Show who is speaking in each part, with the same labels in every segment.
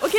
Speaker 1: Okej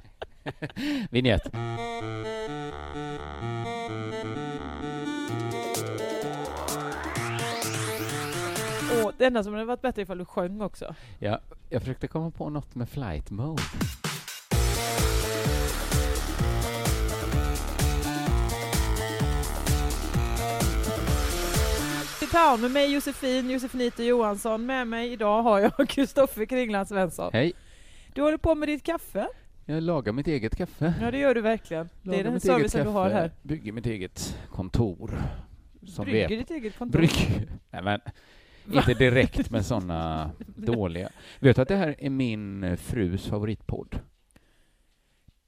Speaker 2: Vinjett.
Speaker 3: Åh, det enda som hade varit bättre ifall du sjöng också.
Speaker 2: Ja, jag försökte komma på något med flight mode.
Speaker 3: I town med mig Josefin, Josefinito Johansson. Med mig idag har jag Kristoffer Kringland Svensson.
Speaker 2: Hej.
Speaker 3: Du håller på med ditt kaffe.
Speaker 2: Jag lagar mitt eget kaffe.
Speaker 3: Ja, det gör du verkligen. Det
Speaker 2: Lagar
Speaker 3: är den
Speaker 2: mitt eget
Speaker 3: servicen du har
Speaker 2: kaffe,
Speaker 3: här.
Speaker 2: Bygger mitt eget kontor. Som vi är
Speaker 3: Brygger
Speaker 2: på.
Speaker 3: ditt eget kontor.
Speaker 2: Brygg. Nej men, inte direkt med såna dåliga. Vet du att det här är min frus favoritpodd?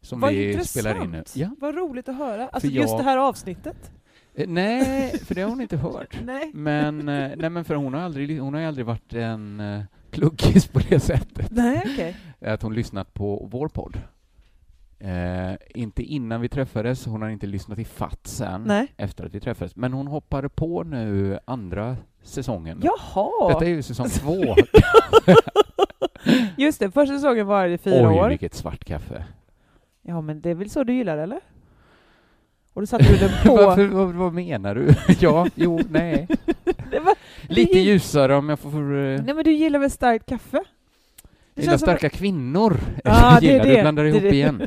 Speaker 2: Som
Speaker 3: Vad
Speaker 2: vi
Speaker 3: intressant.
Speaker 2: spelar in nu. Ja.
Speaker 3: Vad roligt att höra. Alltså
Speaker 2: jag-
Speaker 3: just det här avsnittet.
Speaker 2: Eh, Nej, för det har hon inte hört.
Speaker 3: Nej.
Speaker 2: Men, eh, nej men för hon har aldrig, hon har ju aldrig varit en eh, pluggis på det sättet.
Speaker 3: Nej, okej.
Speaker 2: Att hon lyssnat på vår podd. Eh, inte innan vi träffades, hon har inte lyssnat i fatt sen
Speaker 3: Nej.
Speaker 2: efter att vi träffades. Men hon hoppade på nu andra säsongen.
Speaker 3: Jaha!
Speaker 2: Detta är ju säsong två.
Speaker 3: Just det, första säsongen var det i fyra
Speaker 2: Oj,
Speaker 3: år.
Speaker 2: vilket svart kaffe.
Speaker 3: Ja, men det är väl så du gillar eller? Och då satte du den på...
Speaker 2: Varför, vad, vad menar du? ja, jo, nej.
Speaker 3: Det var...
Speaker 2: Lite ljusare om jag får... eh,
Speaker 3: Nej, men du gillar väl starkt kaffe? Det
Speaker 2: Gillar
Speaker 3: känns som-
Speaker 2: starka kvinnor.
Speaker 3: Ja, det är
Speaker 2: gillar,
Speaker 3: det.
Speaker 2: du blandar
Speaker 3: Det är
Speaker 2: ihop
Speaker 3: det.
Speaker 2: igen.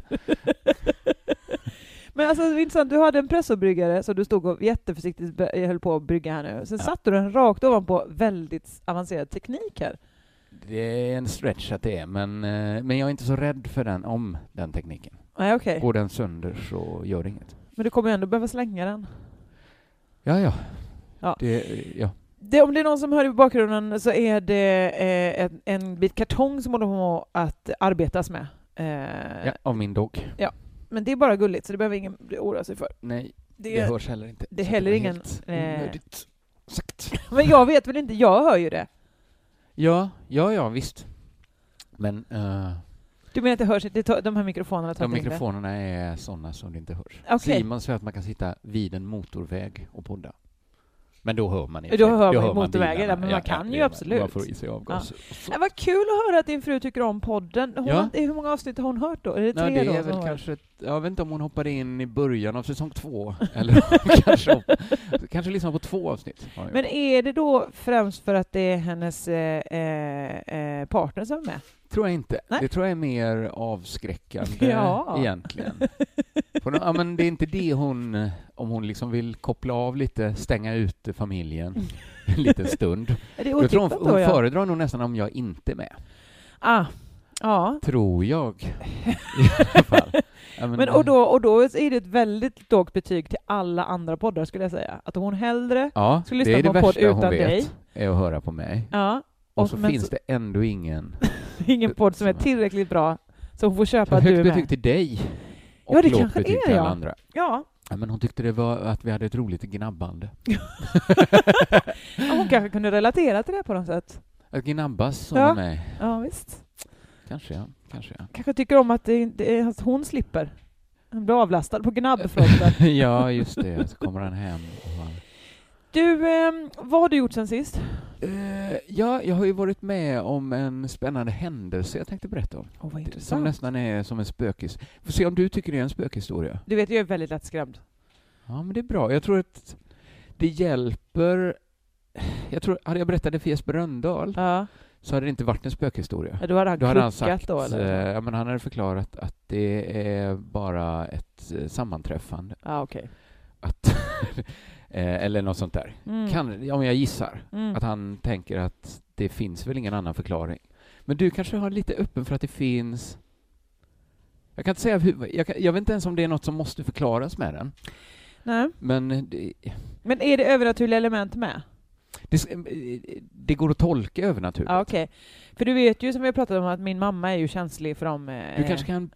Speaker 3: Men alltså, det är intressant, du hade en pressbryggare som du stod och jätteförsiktigt be- höll på att brygga här nu. Sen
Speaker 2: Ja.
Speaker 3: satte du den rakt ovanpå väldigt avancerad teknik här.
Speaker 2: Det är en stretch att det är, men, eh, men jag är inte så rädd för den, om den tekniken.
Speaker 3: Nej, okej.
Speaker 2: Går den sönder så gör det inget.
Speaker 3: Men du kommer ju ändå behöva slänga den.
Speaker 2: Ja, ja.
Speaker 3: Ja.
Speaker 2: Det, eh, ja.
Speaker 3: Det, om det är någon som hör i bakgrunden så är det eh, en, en bit kartong som håller på att arbetas med. Eh,
Speaker 2: ja av min dog.
Speaker 3: Men det är bara gulligt, så det behöver ingen oroa sig för.
Speaker 2: Nej, det,
Speaker 3: Det,
Speaker 2: hörs heller inte.
Speaker 3: det är
Speaker 2: Så
Speaker 3: heller
Speaker 2: var
Speaker 3: ingen,
Speaker 2: helt
Speaker 3: eh,
Speaker 2: onödigt sagt.
Speaker 3: men jag vet väl inte, jag hör ju det.
Speaker 2: Ja, ja, ja, visst. Men eh,
Speaker 3: Du menar att det hörs inte? Det tar- De här mikrofonerna tar
Speaker 2: de
Speaker 3: inte in det?
Speaker 2: mikrofonerna är sådana som det inte hörs.
Speaker 3: Okej.
Speaker 2: Simon säger att man kan sitta vid en motorväg och podda. Men då hör man i och
Speaker 3: Då
Speaker 2: för sig.
Speaker 3: hör man ju
Speaker 2: man
Speaker 3: motorvägen,
Speaker 2: bilarna.
Speaker 3: men man kan ju
Speaker 2: det gör
Speaker 3: absolut.
Speaker 2: Man får i sig avgaser. och så.
Speaker 3: Nej, vad kul att höra att din fru tycker om podden. Hon
Speaker 2: Ja.
Speaker 3: har inte, hur många avsnitt har hon hört då? Är det tre
Speaker 2: Nej, det
Speaker 3: då?
Speaker 2: är
Speaker 3: som
Speaker 2: väl
Speaker 3: har-
Speaker 2: kanske, ett, jag vet inte om hon hoppade in i början av säsong två, eller om kanske, kanske lyssnade på två avsnitt. har hon
Speaker 3: Men
Speaker 2: gjort.
Speaker 3: är det då främst för att det är hennes eh, eh, eh, partner som är med?
Speaker 2: tror jag inte.
Speaker 3: Nej.
Speaker 2: Det tror jag är mer avskräckande
Speaker 3: Ja.
Speaker 2: egentligen. På nå- ja, men det är inte det hon, om hon liksom vill koppla av lite, stänga ut familjen en liten stund.
Speaker 3: Är det
Speaker 2: Jag tror
Speaker 3: otippat
Speaker 2: hon, hon
Speaker 3: då? Ja.
Speaker 2: föredrar nog nästan om jag inte är med.
Speaker 3: Ah, ja.
Speaker 2: Tror jag. I alla fall. Ja,
Speaker 3: Men, och, då, och då är det ett väldigt lågt betyg till alla andra poddar skulle jag säga. Att hon hellre...
Speaker 2: Ja,
Speaker 3: Ska lyssna
Speaker 2: det är
Speaker 3: på
Speaker 2: det
Speaker 3: en podd
Speaker 2: värsta hon
Speaker 3: utan
Speaker 2: vet,
Speaker 3: dig.
Speaker 2: är att höra på mig.
Speaker 3: Ja,
Speaker 2: Och
Speaker 3: Och-
Speaker 2: så
Speaker 3: men
Speaker 2: finns
Speaker 3: så-
Speaker 2: det ändå ingen
Speaker 3: ingen podd som är tillräckligt bra så hon får köpa
Speaker 2: Så
Speaker 3: att du är
Speaker 2: högt betyg
Speaker 3: med.
Speaker 2: till dig.
Speaker 3: Ja, det
Speaker 2: lågt
Speaker 3: kanske
Speaker 2: betyg
Speaker 3: är,
Speaker 2: till alla
Speaker 3: ja.
Speaker 2: andra.
Speaker 3: Ja,
Speaker 2: Ja, men hon tyckte det var att vi hade ett roligt gnabbande.
Speaker 3: Ja, hon kanske kunde relatera till det på något sätt.
Speaker 2: Att gnabbas, sa
Speaker 3: Ja.
Speaker 2: hon mig.
Speaker 3: Ja, visst.
Speaker 2: Kanske ja, kanske ja.
Speaker 3: Kanske tycker om att, det, det, att hon slipper. Hon blir avlastad på gnabbfronten.
Speaker 2: ja, just det. Så kommer han hem och han...
Speaker 3: Du, ehm, vad har du gjort sen sist?
Speaker 2: Eh, ja, jag har ju varit med om en spännande händelse jag tänkte berätta om.
Speaker 3: Åh, vad
Speaker 2: Som nästan är som en spökis... Får se om du tycker det är en spökhistoria.
Speaker 3: Du vet, jag är väldigt lättskrämd.
Speaker 2: Ja, men det är bra. Jag tror att det hjälper... Jag tror, hade jag berättat det för Jesper Rönndahl
Speaker 3: Ja,
Speaker 2: så hade det inte varit en spökhistoria.
Speaker 3: då hade han
Speaker 2: Då hade han
Speaker 3: kuckat
Speaker 2: sagt,
Speaker 3: då, eller?
Speaker 2: eh, ja, men han hade förklarat att det är bara ett eh, sammanträffande.
Speaker 3: Ja, okej.
Speaker 2: Att, Eh, eller något sånt där.
Speaker 3: Mm.
Speaker 2: Kan, om jag gissar
Speaker 3: Mm.
Speaker 2: att han tänker att det finns väl ingen annan förklaring. Men du kanske har lite öppen för att det finns... Jag kan inte säga hur, jag, kan, jag vet inte ens om det är något som måste förklaras med den.
Speaker 3: Nej.
Speaker 2: Men det,
Speaker 3: Men är det övernaturliga element med?
Speaker 2: det, eh, det går att tolka övernaturligt.
Speaker 3: Ja, okej. För du vet ju som vi har pratat om att min mamma är ju känslig för de... eh,
Speaker 2: Du kanske kan...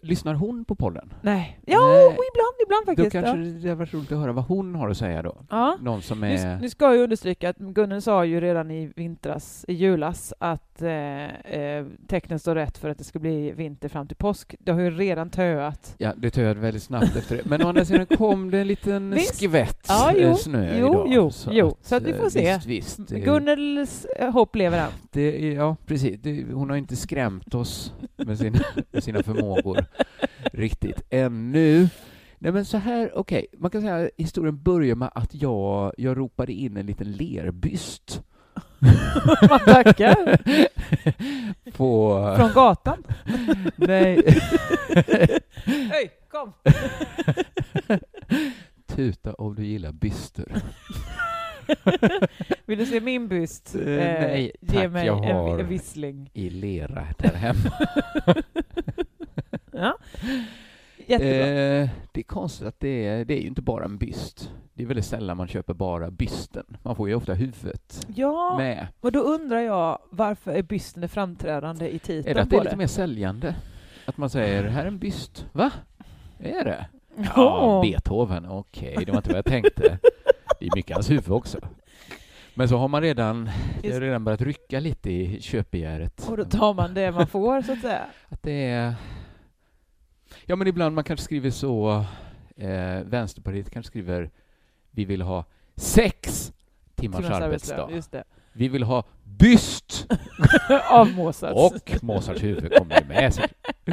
Speaker 2: Lyssnar hon på podden?
Speaker 3: Nej. Ja,
Speaker 2: Nej.
Speaker 3: och ibland, ibland
Speaker 2: Då
Speaker 3: faktiskt.
Speaker 2: kanske
Speaker 3: Ja.
Speaker 2: det hade varit roligt att höra vad hon har att säga då.
Speaker 3: ja.
Speaker 2: Någon som
Speaker 3: Nu, s-
Speaker 2: är...
Speaker 3: nu ska jag understryka att Gunnel sa ju redan i vintras, i julas, att eh, eh, tecknen står rätt för att det ska bli vinter fram till påsk. Det har ju redan töat.
Speaker 2: Ja, det töd väldigt snabbt efter det. Men å andra sidan kom det en liten
Speaker 3: Visst.
Speaker 2: skvätt
Speaker 3: Ja,
Speaker 2: eh,
Speaker 3: jo,
Speaker 2: snö
Speaker 3: jo,
Speaker 2: idag.
Speaker 3: jo, jo. Så att vi
Speaker 2: eh,
Speaker 3: får se.
Speaker 2: Visst, visst. Eh,
Speaker 3: Gunnels eh, hopp lever än.
Speaker 2: Det, är- ja, precis. Det, hon har inte skrämt oss med sina, med sina förmågor riktigt ännu. Nej, men så här, okej. Man kan säga att historien börjar med att jag, jag ropade in en liten lerbyst
Speaker 3: Man tackar.
Speaker 2: på...
Speaker 3: Från gatan.
Speaker 2: Nej,
Speaker 3: Hej, kom!
Speaker 2: tuta om du gillar byster.
Speaker 3: Vill du se min byst?
Speaker 2: Eh, nej,
Speaker 3: ge
Speaker 2: tack,
Speaker 3: mig
Speaker 2: jag
Speaker 3: en,
Speaker 2: har-
Speaker 3: vi- en vissling.
Speaker 2: I lera där hemma.
Speaker 3: Ja. Jättebra.
Speaker 2: Eh, det är konstigt att det är, det är ju inte bara en byst. Det är väldigt sällan man köper bara bysten. Man får ju ofta huvudet
Speaker 3: ja,
Speaker 2: med.
Speaker 3: och då undrar jag varför är bysten är framträdande i titeln
Speaker 2: Är det att det
Speaker 3: på
Speaker 2: är lite mer säljande? Att man säger här är en byst. Va? Är det? Ja,
Speaker 3: Ja.
Speaker 2: Beethoven. Okej, det var inte vad jag tänkte. Det är mycket hans huvud också. Men så har man redan, det har
Speaker 3: Just-
Speaker 2: redan börjat rycka lite i köpbegäret.
Speaker 3: Och då tar man det man får, så att säga.
Speaker 2: Att det är... Ja, men ibland man kanske skriver så... Eh, Vänsterpartiet kanske skriver vi vill ha sex timmars,
Speaker 3: Timmars
Speaker 2: arbetsdag.
Speaker 3: arbetslön, Just det.
Speaker 2: Vi vill ha byst
Speaker 3: Av Mozart.
Speaker 2: och Mozarts huvud kommer ju med sig.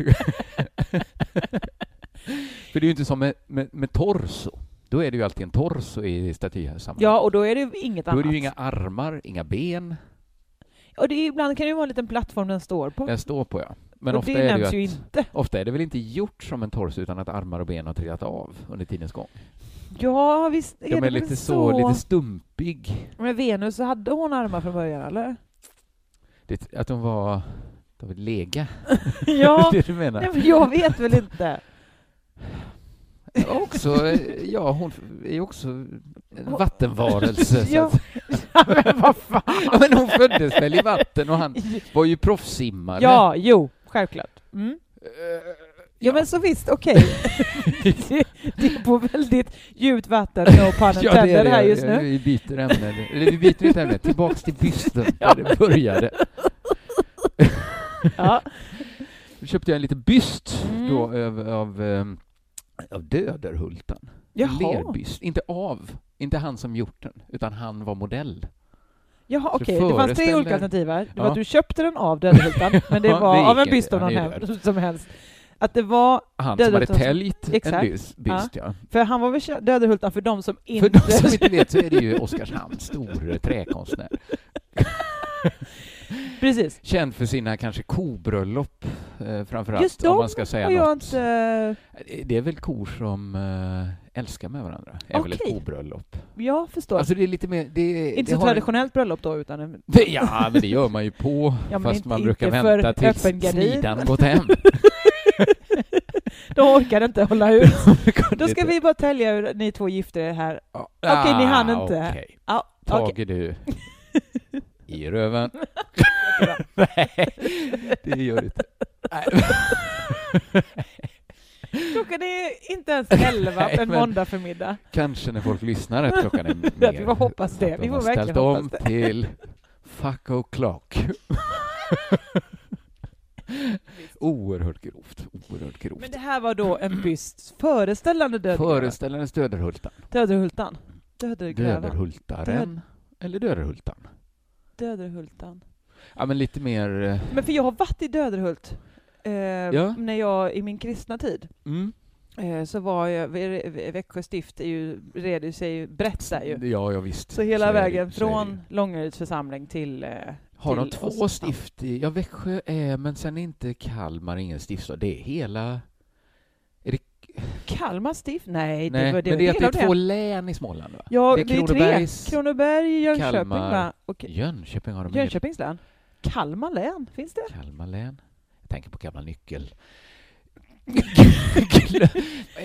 Speaker 2: För det är ju inte som med, med, med torso. Då är det ju alltid en torso i statysammanhang.
Speaker 3: Ja, och då är det ju inget
Speaker 2: Då
Speaker 3: annat.
Speaker 2: är det ju inga armar, inga ben.
Speaker 3: Och det är, ibland kan det ju vara en liten plattform den står på.
Speaker 2: Den står på, ja. Men
Speaker 3: och
Speaker 2: ofta
Speaker 3: det
Speaker 2: är det ju
Speaker 3: nämns
Speaker 2: att
Speaker 3: ju inte.
Speaker 2: Ofta är det väl inte gjort som en torso utan att armar och ben har trillat av under tidens gång.
Speaker 3: Ja, visst är
Speaker 2: De
Speaker 3: det
Speaker 2: är
Speaker 3: väl
Speaker 2: lite så,
Speaker 3: så.
Speaker 2: lite stumpig.
Speaker 3: Men Venus, så hade hon armar från början, eller?
Speaker 2: Det, att de var... De var lega,
Speaker 3: ja,
Speaker 2: det du menar.
Speaker 3: nej, men jag vet väl inte.
Speaker 2: Också, eh, ja, hon är ju också en vattenvarelse.
Speaker 3: Ja.
Speaker 2: så att,
Speaker 3: men vad fan!
Speaker 2: ja, men hon föddes väl i vatten och han var ju proffssimmare. Eh,
Speaker 3: Ja, jo, självklart. Mm. Ja, men så visst, okej. det, det är på väldigt djupt vatten, no pun
Speaker 2: Ja,
Speaker 3: intended, här just nu.
Speaker 2: Vi byter ämne. Eller vi byter inte ämne. Tillbaks till bysten, där det började.
Speaker 3: Ja.
Speaker 2: Då köpte jag en liten byst
Speaker 3: Mm.
Speaker 2: då av, av, ehm, av Döderhultan. En
Speaker 3: Jaha,
Speaker 2: Lerbyst. Inte av, inte han som gjort den, utan han var modell.
Speaker 3: Jaha
Speaker 2: Så
Speaker 3: okej, det fanns tre
Speaker 2: föreställer-
Speaker 3: olika alternativ här. Det var
Speaker 2: Ja.
Speaker 3: att du köpte den av Döderhultan, men det
Speaker 2: Ja,
Speaker 3: var
Speaker 2: det gick
Speaker 3: av en
Speaker 2: inte.
Speaker 3: byst av
Speaker 2: Han
Speaker 3: någon
Speaker 2: är
Speaker 3: hem, som helst. Att det var,
Speaker 2: Han som hade
Speaker 3: Döderhultan som-
Speaker 2: täljt en
Speaker 3: Exakt.
Speaker 2: byst, byst ja.
Speaker 3: för han var väl kä- Döderhultan för de som
Speaker 2: För
Speaker 3: inte...
Speaker 2: de som inte vet så är det ju Oskarshamns store träkonstnär.
Speaker 3: Precis.
Speaker 2: Känd för sina kanske kobröllop eh, framförallt.
Speaker 3: Just
Speaker 2: om
Speaker 3: dem
Speaker 2: man ska säga
Speaker 3: Och jag
Speaker 2: något.
Speaker 3: inte...
Speaker 2: Det är väl kor som eh, älskar med varandra, är väl ett
Speaker 3: Okej.
Speaker 2: kobröllop.
Speaker 3: Jag förstår.
Speaker 2: Alltså det är lite mer... Det,
Speaker 3: inte
Speaker 2: det
Speaker 3: så
Speaker 2: har en-
Speaker 3: traditionellt bröllop då, utan en
Speaker 2: Det, ja, men det gör man ju på,
Speaker 3: Ja, men
Speaker 2: fast
Speaker 3: inte-
Speaker 2: man brukar
Speaker 3: inte för
Speaker 2: vänta tills
Speaker 3: öppen gardin.
Speaker 2: snidan gått hem.
Speaker 3: De orkade inte hålla ut. Då ska vi bara tälja hur ni två gifter er här.
Speaker 2: Okej,
Speaker 3: Okej, ni hann inte.
Speaker 2: Ah, okej.
Speaker 3: Ja,
Speaker 2: Tage
Speaker 3: okej.
Speaker 2: du, i röven. Nej, det gör du inte. Nej.
Speaker 3: Klockan är inte ens elva
Speaker 2: Nej,
Speaker 3: en
Speaker 2: men-
Speaker 3: måndag förmiddag.
Speaker 2: Kanske när folk lyssnar att klockan är
Speaker 3: Ja,
Speaker 2: mer.
Speaker 3: vi får hoppas det.
Speaker 2: att de
Speaker 3: Vi får
Speaker 2: har
Speaker 3: verkligen
Speaker 2: ställt
Speaker 3: hoppas
Speaker 2: om till fuck o'clock. oerhört grovt, oerhört
Speaker 3: Men
Speaker 2: grovt.
Speaker 3: det här var då
Speaker 2: Mm.
Speaker 3: en byst föreställande död.
Speaker 2: Föreställaren Döderhultan.
Speaker 3: Döderhultan. Dödergrävan.
Speaker 2: Döderhultaren. Eller Döderhultan.
Speaker 3: Döderhultan.
Speaker 2: Ja, men lite mer... eh,
Speaker 3: Men för jag har varit i Döderhult. Eh,
Speaker 2: Ja.
Speaker 3: När jag i min kristna tid
Speaker 2: Mm.
Speaker 3: eh, så var jag, Växjö stift är ju, reder sig ju brett där ju.
Speaker 2: Ja, ja visst.
Speaker 3: Så hela
Speaker 2: är det-
Speaker 3: vägen
Speaker 2: så är det ju.
Speaker 3: från Långeryds församling till... Eh,
Speaker 2: Har de
Speaker 3: till
Speaker 2: två
Speaker 3: Oskarshamn.
Speaker 2: stift i... Ja, Växjö är, men sen är inte Kalmar ingen stiftstad. Det är hela... Är det,
Speaker 3: Kalmar stift? Nej, det
Speaker 2: Nej,
Speaker 3: var det
Speaker 2: men det är
Speaker 3: var
Speaker 2: att
Speaker 3: del av
Speaker 2: det är två län i Småland, va?
Speaker 3: Ja,
Speaker 2: det är Kronobergs,
Speaker 3: tre. Kronoberg, Jönköping
Speaker 2: Kalmar,
Speaker 3: va? och
Speaker 2: Jönköping har de ingen-
Speaker 3: Jönköpings län. Kalmar län, finns det?
Speaker 2: Kalmar län. Jag tänker på gamla nyckel. Vad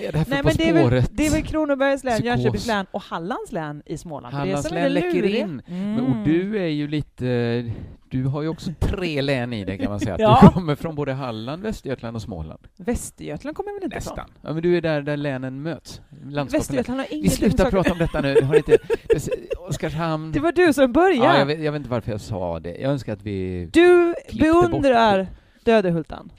Speaker 2: är det här för
Speaker 3: Nej,
Speaker 2: På
Speaker 3: men det är, väl,
Speaker 2: spåret?
Speaker 3: det är väl Kronobergs län,
Speaker 2: Psykos.
Speaker 3: Jönköpings län och Hallands län i Småland. för
Speaker 2: Hallands
Speaker 3: det
Speaker 2: län läcker
Speaker 3: luriga.
Speaker 2: in.
Speaker 3: Mm.
Speaker 2: Men, och du är ju lite... Du har ju också tre län i dig, kan man säga. Att
Speaker 3: Ja.
Speaker 2: Du kommer från både Halland, Västergötland och Småland.
Speaker 3: Västergötland kommer väl inte ifrån?
Speaker 2: Nästan. Ja, men du är där, där länen möts. Landskapen möts.
Speaker 3: Västergötland har
Speaker 2: Vi
Speaker 3: ingenting
Speaker 2: slutar
Speaker 3: med saker-
Speaker 2: prata om detta nu. Har inte, Oskarshamn.
Speaker 3: Det var du som började.
Speaker 2: ja, jag, vet, jag vet inte varför jag sa det. Jag önskar att vi...
Speaker 3: Du
Speaker 2: Klippte bort.
Speaker 3: beundrar Dödehultan.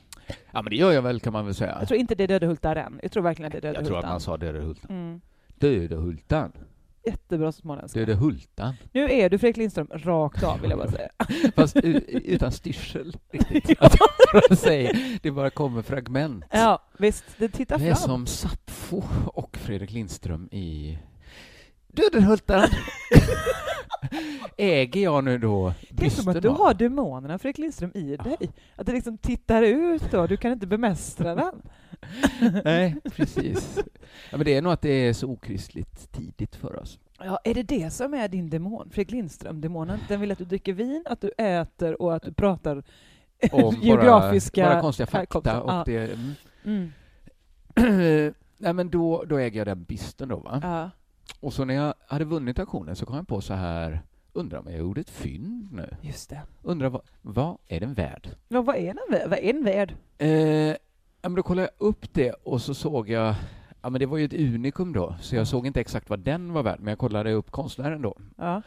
Speaker 2: Ja, men det gör jag väl, kan man väl säga.
Speaker 3: Jag tror inte det är Dödehultaren. Jag tror verkligen att det är
Speaker 2: Jag tror
Speaker 3: Dödehultan.
Speaker 2: att man sa Dödehultan.
Speaker 3: mm.
Speaker 2: Dödehultan.
Speaker 3: Jättebra småländska.
Speaker 2: Dödehultan.
Speaker 3: Nu är du Fredrik Lindström rakt av, vill jag bara säga.
Speaker 2: Fast u- utan styrsel. riktigt. Att jag säger, det bara kommer fragment.
Speaker 3: Ja, visst. Det tittar
Speaker 2: Det är
Speaker 3: fram.
Speaker 2: som Sappho och Fredrik Lindström i Döderhultan. Äger jag nu då
Speaker 3: Det är som
Speaker 2: brösten
Speaker 3: att du
Speaker 2: av-
Speaker 3: har demonerna Fredrik Lindström i dig. Att det liksom tittar ut då, du kan inte bemästra den.
Speaker 2: Nej, precis. Ja, men det är nog att det är så okristligt tidigt för oss.
Speaker 3: Ja, är det det som är din demon? Fredrik Lindström-demonen? Den vill att du dricker vin, att du äter och att du pratar
Speaker 2: Om
Speaker 3: geografiska...
Speaker 2: Bara, bara konstiga fakta.
Speaker 3: härkomster.
Speaker 2: Och
Speaker 3: Ja.
Speaker 2: det,
Speaker 3: Mm.
Speaker 2: mm. Nej, men då, då äger jag den bisten då, va?
Speaker 3: Ja.
Speaker 2: Och så när jag hade vunnit auktionen så kom jag på så här, undrar om jag gjorde ett fynd nu?
Speaker 3: Just det.
Speaker 2: Undrar vad, vad är den värd?
Speaker 3: Men vad är den värd? Vad är den värd?
Speaker 2: Eh, ja, men då kollade jag upp det och så såg jag, ja men det var ju ett unikum då, så jag såg inte exakt vad den var värd, men jag kollade upp konstnären då.
Speaker 3: Ja.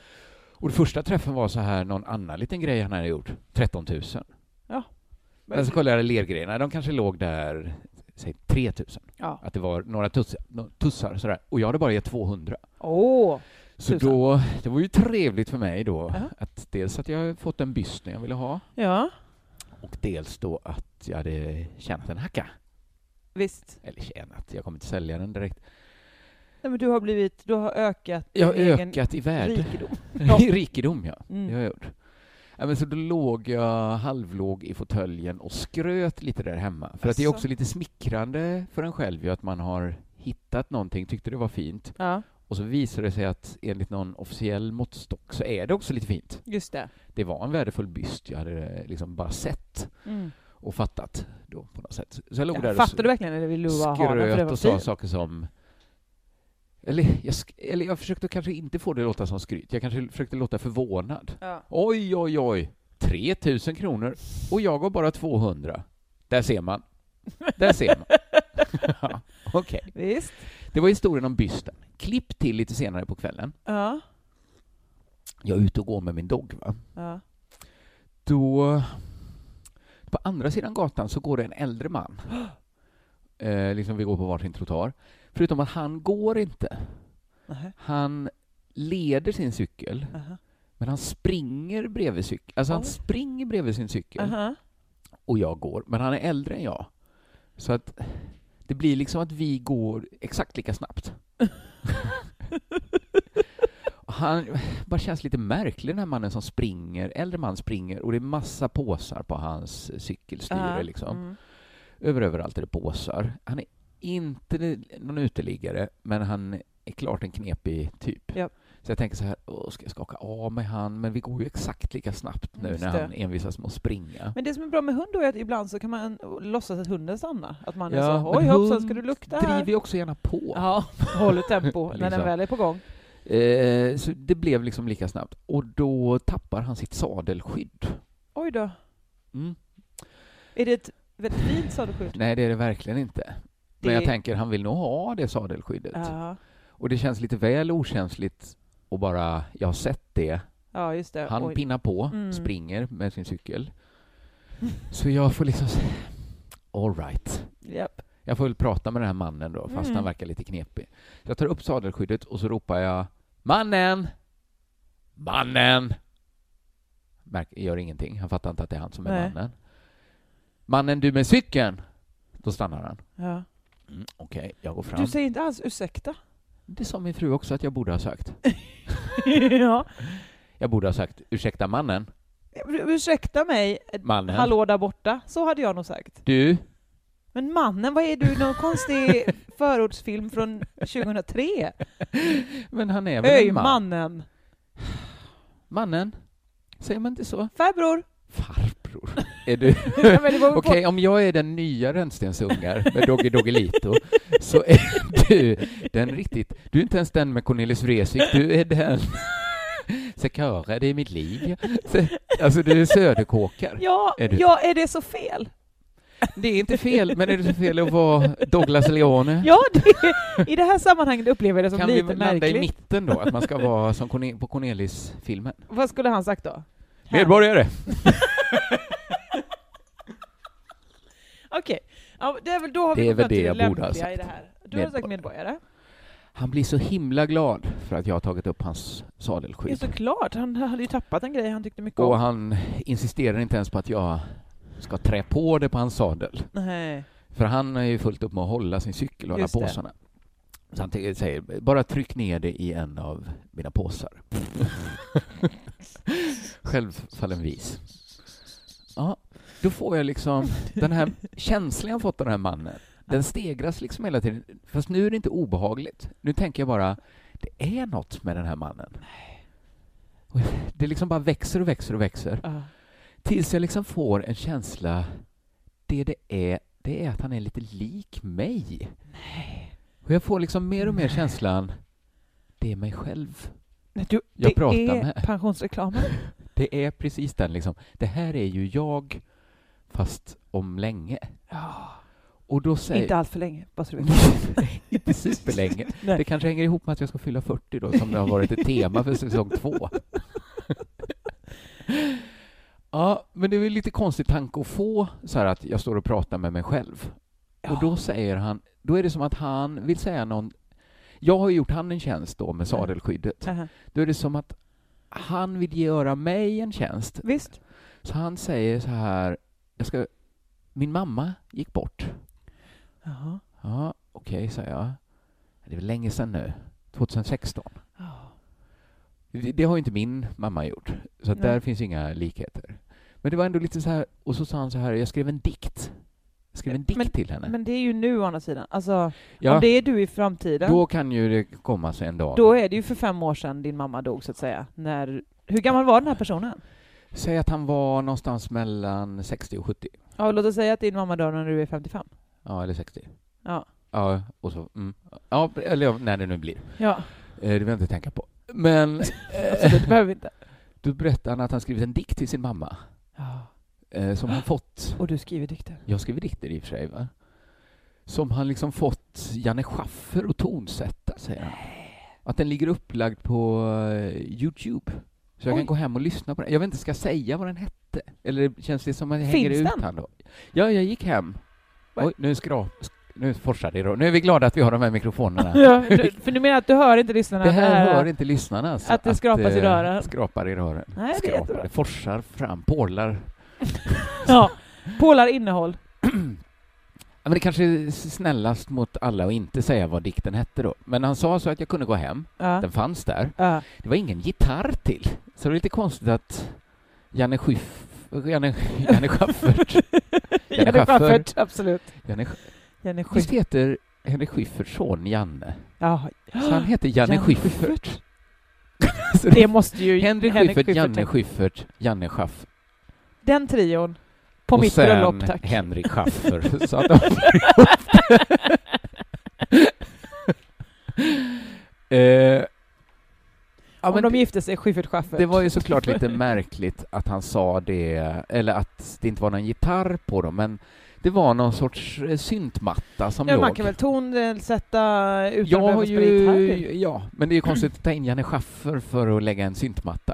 Speaker 2: Och den första träffen var så här, någon annan liten grej han hade gjort, 13 000.
Speaker 3: Ja.
Speaker 2: Men så
Speaker 3: Alltså-
Speaker 2: kollade jag lergrejerna, de kanske låg där, säg 3 000.
Speaker 3: Ja.
Speaker 2: Att det var några tussar, några tussar sådär. Och jag hade bara gett 200.
Speaker 3: Åh!
Speaker 2: Så
Speaker 3: Tusan.
Speaker 2: då, det var ju trevligt för mig då,
Speaker 3: Ja.
Speaker 2: att dels att jag fått den bysten jag ville ha,
Speaker 3: Ja,
Speaker 2: och dels då att jag hade tjänat en hacka.
Speaker 3: visst.
Speaker 2: Eller tjänat, jag kommer inte sälja den direkt.
Speaker 3: Nej, men du har blivit... Du har ökat
Speaker 2: Jag har
Speaker 3: din egen
Speaker 2: ökat i värde.
Speaker 3: rikedom.
Speaker 2: I rikedom, ja.
Speaker 3: Mm.
Speaker 2: Det har jag gjort. Ja, men så då låg jag halvlåg i fåtöljen och skröt lite där hemma. För att det är
Speaker 3: Asså.
Speaker 2: också lite smickrande för en själv ju att man har hittat någonting, tyckte det var fint.
Speaker 3: Ja,
Speaker 2: Och så visar det sig att enligt någon officiell måttstock så är det också lite fint.
Speaker 3: just det.
Speaker 2: Det var en värdefull byst jag hade eh, liksom bara sett
Speaker 3: Mm.
Speaker 2: och fattat då på något sätt. Så jag låg
Speaker 3: Ja,
Speaker 2: där och
Speaker 3: fattar du verkligen eller vill du bara ha den? för den
Speaker 2: skröt
Speaker 3: var
Speaker 2: och sa
Speaker 3: fin?
Speaker 2: saker som... Eller jag, sk- eller jag försökte kanske inte få det att låta som skryt. Jag kanske försökte låta förvånad.
Speaker 3: Ja.
Speaker 2: Oj, oj, oj! 3 000 kronor och jag har bara 200. Där ser man. Där ser man. Ja, Okej.
Speaker 3: Visst.
Speaker 2: Det var historien om bysten. Klipp till lite senare på kvällen.
Speaker 3: Ja.
Speaker 2: Jag är ute och går med min dogg, va?
Speaker 3: ja.
Speaker 2: Då... På andra sidan gatan så går det en äldre man. Eh, liksom vi går på varsin trottoar. Förutom att han går inte.
Speaker 3: Nähä.
Speaker 2: Han leder sin cykel,
Speaker 3: Aha.
Speaker 2: men han springer bredvid cykeln. Alltså han
Speaker 3: Oj.
Speaker 2: springer bredvid sin cykel
Speaker 3: Aha.
Speaker 2: och jag går, men han är äldre än jag. Så att det blir liksom att vi går exakt lika snabbt. Och han bara känns lite märklig, den här mannen som springer, äldre man springer och det är massa påsar på hans cykelstyre
Speaker 3: Ja.
Speaker 2: liksom.
Speaker 3: Mm.
Speaker 2: Över överallt är det påsar. Han är inte någon uteliggare, men han är klart en knepig typ.
Speaker 3: Japp.
Speaker 2: Så jag tänker så här, Åh, ska jag skaka av mig han? Men vi går ju exakt lika snabbt nu
Speaker 3: Just
Speaker 2: när
Speaker 3: det.
Speaker 2: han envisas med att springa.
Speaker 3: Men det som är bra med hund då är att ibland så kan man låtsas att hunden stannar. Att man
Speaker 2: Ja,
Speaker 3: är så oj
Speaker 2: men
Speaker 3: hoppsan, ska
Speaker 2: hund
Speaker 3: du lukta
Speaker 2: Driver
Speaker 3: här?
Speaker 2: ju också gärna på.
Speaker 3: Ja, håller tempo när den
Speaker 2: Liksom.
Speaker 3: väl är på gång.
Speaker 2: Eh, så det blev liksom lika snabbt. Och då tappar han sitt sadelskydd.
Speaker 3: Oj då.
Speaker 2: Mm.
Speaker 3: Är det ett väldigt fint sadelskydd?
Speaker 2: Nej, det är det verkligen inte. Men
Speaker 3: Det-
Speaker 2: jag tänker, han vill nog ha det sadelskyddet.
Speaker 3: Ja.
Speaker 2: Och det känns lite väl okänsligt och bara, jag har sett det.
Speaker 3: ja, just det.
Speaker 2: Han
Speaker 3: Oj.
Speaker 2: pinnar på,
Speaker 3: Mm.
Speaker 2: springer med sin cykel. Så jag får liksom säga, all right.
Speaker 3: Japp.
Speaker 2: Jag får väl prata med den här mannen då, fast
Speaker 3: Mm.
Speaker 2: han verkar lite knepig. Så jag tar upp sadelskyddet och så ropar jag ”Mannen! Mannen!” Märker, Gör ingenting, han fattar inte att det är han som är
Speaker 3: Nej.
Speaker 2: mannen. ”Mannen, du med cykeln!” Då stannar han.
Speaker 3: Ja.
Speaker 2: Mm, Okej, jag går fram.
Speaker 3: Du säger inte alls ursäkta.
Speaker 2: Det sa min fru också att jag borde ha sagt.
Speaker 3: ja.
Speaker 2: Jag borde ha sagt ”Ursäkta mannen,
Speaker 3: Ursäkta mig,
Speaker 2: mannen,
Speaker 3: hallå där borta. Så hade jag nog sagt.
Speaker 2: du,
Speaker 3: Men mannen, vad är du? Någon konstig förortsfilm från 2003?
Speaker 2: Men han är väl
Speaker 3: Öj,
Speaker 2: en man?
Speaker 3: mannen!
Speaker 2: Mannen? Säger man inte så?
Speaker 3: Farbror!
Speaker 2: Farbror. Är du...
Speaker 3: Ja, men det var väl
Speaker 2: Okej, om jag är den nya Rännstensungar med Doggy Doggelito så är du den riktigt... Du är inte ens den med Cornelis Vreeswijk, du är den... Sekara, det är mitt liv. Se- Alltså, du är söderkåkar.
Speaker 3: Ja,
Speaker 2: Är du-
Speaker 3: ja, är det så fel?
Speaker 2: Det är inte fel, men är det så fel att vara Douglas Leone?
Speaker 3: Ja, det, i det här sammanhanget upplever jag det som
Speaker 2: kan vi
Speaker 3: lite
Speaker 2: landa i
Speaker 3: märkligt.
Speaker 2: mitten då, att man ska vara som Corne- på Cornelis-filmen?
Speaker 3: Vad skulle han sagt då?
Speaker 2: Medborgare!
Speaker 3: Okej, ja, det är väl då har vi
Speaker 2: Det är
Speaker 3: kommit
Speaker 2: väl
Speaker 3: fram till
Speaker 2: det jag borde ha
Speaker 3: lämpliga i
Speaker 2: sagt.
Speaker 3: det här. Du har sagt
Speaker 2: Medborgare.
Speaker 3: medborgare.
Speaker 2: Han blir så himla glad för att jag har tagit upp hans
Speaker 3: Ja,
Speaker 2: sadelskydd.
Speaker 3: såklart. Han hade ju tappat en grej han tyckte mycket
Speaker 2: Och
Speaker 3: om.
Speaker 2: han insisterar inte ens på att jag ska trä på det på hans sadel.
Speaker 3: Nej.
Speaker 2: För han är ju fullt upp med att hålla sin cykel och alla
Speaker 3: Just det.
Speaker 2: påsarna. Så han t- säger, bara tryck ner det i en av mina påsar. Självfallen vis. Ja, då får jag liksom den här känslan jag fått av den här mannen. Den stegras liksom hela tiden. Fast nu är det inte obehagligt. Nu tänker jag bara, det är något med den här mannen. Och Det liksom bara växer och växer och växer.
Speaker 3: Ja.
Speaker 2: Tills jag liksom får en känsla, det det är, det är att han är lite lik mig. Nej. Och jag får liksom mer och mer känslan, det är mig själv.
Speaker 3: Nej, du,
Speaker 2: Jag
Speaker 3: det
Speaker 2: pratar
Speaker 3: är
Speaker 2: med-
Speaker 3: pensionsreklamen.
Speaker 2: Det är precis den liksom, det här är ju jag, fast om länge. Och då säger...
Speaker 3: Inte allt för länge, bara så du vet.
Speaker 2: Inte superlänge.
Speaker 3: Nej.
Speaker 2: Det kanske hänger ihop med att jag ska fylla 40 då, som det har varit ett tema för säsong två. ja, men det är väl lite konstig tanke att få, så här att jag står och pratar med mig själv. Och då säger han, då är det som att han vill säga någon... Jag har ju gjort han en tjänst då
Speaker 3: Mm.
Speaker 2: med sadelskyddet.
Speaker 3: Aha.
Speaker 2: Då är det som att han vill göra mig en tjänst.
Speaker 3: Visst?
Speaker 2: Så han säger så här, jag ska... Min mamma gick bort.
Speaker 3: Jaha.
Speaker 2: Ja, okej, säger jag. Det är väl länge sedan nu. 2016.
Speaker 3: Ja.
Speaker 2: Det det har ju inte min mamma gjort, så att
Speaker 3: Nej.
Speaker 2: där finns inga likheter. Men det var ändå lite så här, och så sa han så här, jag skrev en dikt. Jag skrev en dikt till henne.
Speaker 3: Eh, Men det är ju nu å andra sidan. Alltså,
Speaker 2: ja,
Speaker 3: om det är du i framtiden, då...
Speaker 2: då kan ju det komma sig en dag.
Speaker 3: är det ju för fem år sedan din mamma dog, så att säga. När... Hur gammal var den här personen?
Speaker 2: Säg att han var någonstans mellan 60 och 70.
Speaker 3: Ja, låt oss säga att din mamma dör när du är 55.
Speaker 2: Ja, eller 60.
Speaker 3: Ja.
Speaker 2: Ja, och så, mm. Ja, eller ja, när det nu blir. Eh,
Speaker 3: Ja,
Speaker 2: Det vill jag inte tänka på. Men
Speaker 3: absolut, det Alltså, behöver vi inte.
Speaker 2: då berättade han att han skrivit en dikt till sin mamma,
Speaker 3: Ja.
Speaker 2: eh, som han fått
Speaker 3: Och du skriver dikter.
Speaker 2: Jag skriver dikter i och för sig, va? Som han liksom fått Janne Schaffer att tonsätta, säger han. Att den ligger upplagd på eh, Youtube. Så jag
Speaker 3: Oj.
Speaker 2: kan gå hem och lyssna på den. Jag vet inte, ska jag säga vad den hette? Eller känns det som att jag hänger
Speaker 3: Finns
Speaker 2: ut
Speaker 3: den?
Speaker 2: han då? Ja, jag gick hem.
Speaker 3: Va?
Speaker 2: Oj, nu skrap... Nu forsar det då. Nu är vi glada att vi har de här mikrofonerna.
Speaker 3: Ja, du- för du menar att du hör inte lyssnarna?
Speaker 2: Det här
Speaker 3: är-
Speaker 2: hör inte lyssnarna alltså.
Speaker 3: att det skrapas i
Speaker 2: eh,
Speaker 3: rören.
Speaker 2: Skrapar i rören.
Speaker 3: Nej, det är
Speaker 2: skrapar.
Speaker 3: jättebra.
Speaker 2: det forsar fram, porlar
Speaker 3: Ja, pålar innehåll.
Speaker 2: Ja, men det kanske är snällast mot alla att inte säga vad dikten hette då. Men han sa så att jag kunde gå hem.
Speaker 3: Ja.
Speaker 2: Den fanns där.
Speaker 3: Ja.
Speaker 2: Det var ingen gitarr till. Så det var lite konstigt att Janne Schiff... Janne, Janne Schaffert... Janne
Speaker 3: Jenny
Speaker 2: Schaffer.
Speaker 3: Schaffert, absolut.
Speaker 2: Janne,
Speaker 3: Jenny Schiff.
Speaker 2: visst heter Henrik Schyfferts son Janne?
Speaker 3: Ja.
Speaker 2: Så han heter Janne,
Speaker 3: Janne
Speaker 2: Schyffert. Så det-
Speaker 3: Det måste ju
Speaker 2: Henrik Schyffert, Janne
Speaker 3: tänka.
Speaker 2: Schyffert, Janne Schaff.
Speaker 3: Den trion. På
Speaker 2: och
Speaker 3: mitt
Speaker 2: sen
Speaker 3: bröllop, tack.
Speaker 2: Henrik Schaffer. så att de får ihop det. Eh, ja,
Speaker 3: Om
Speaker 2: men
Speaker 3: de gifte sig, Schyffert Schaffert.
Speaker 2: Det var ju såklart lite märkligt att han sa det, eller att det inte var någon gitarr på dem, men det var någon sorts eh, syntmatta som
Speaker 3: ja,
Speaker 2: låg.
Speaker 3: man kan väl eh, tonsätta utan
Speaker 2: jag
Speaker 3: att behöva
Speaker 2: har
Speaker 3: spela gitarr?
Speaker 2: ju, ja, men det är ju konstigt att ta in Janne Schaffer för att lägga en syntmatta.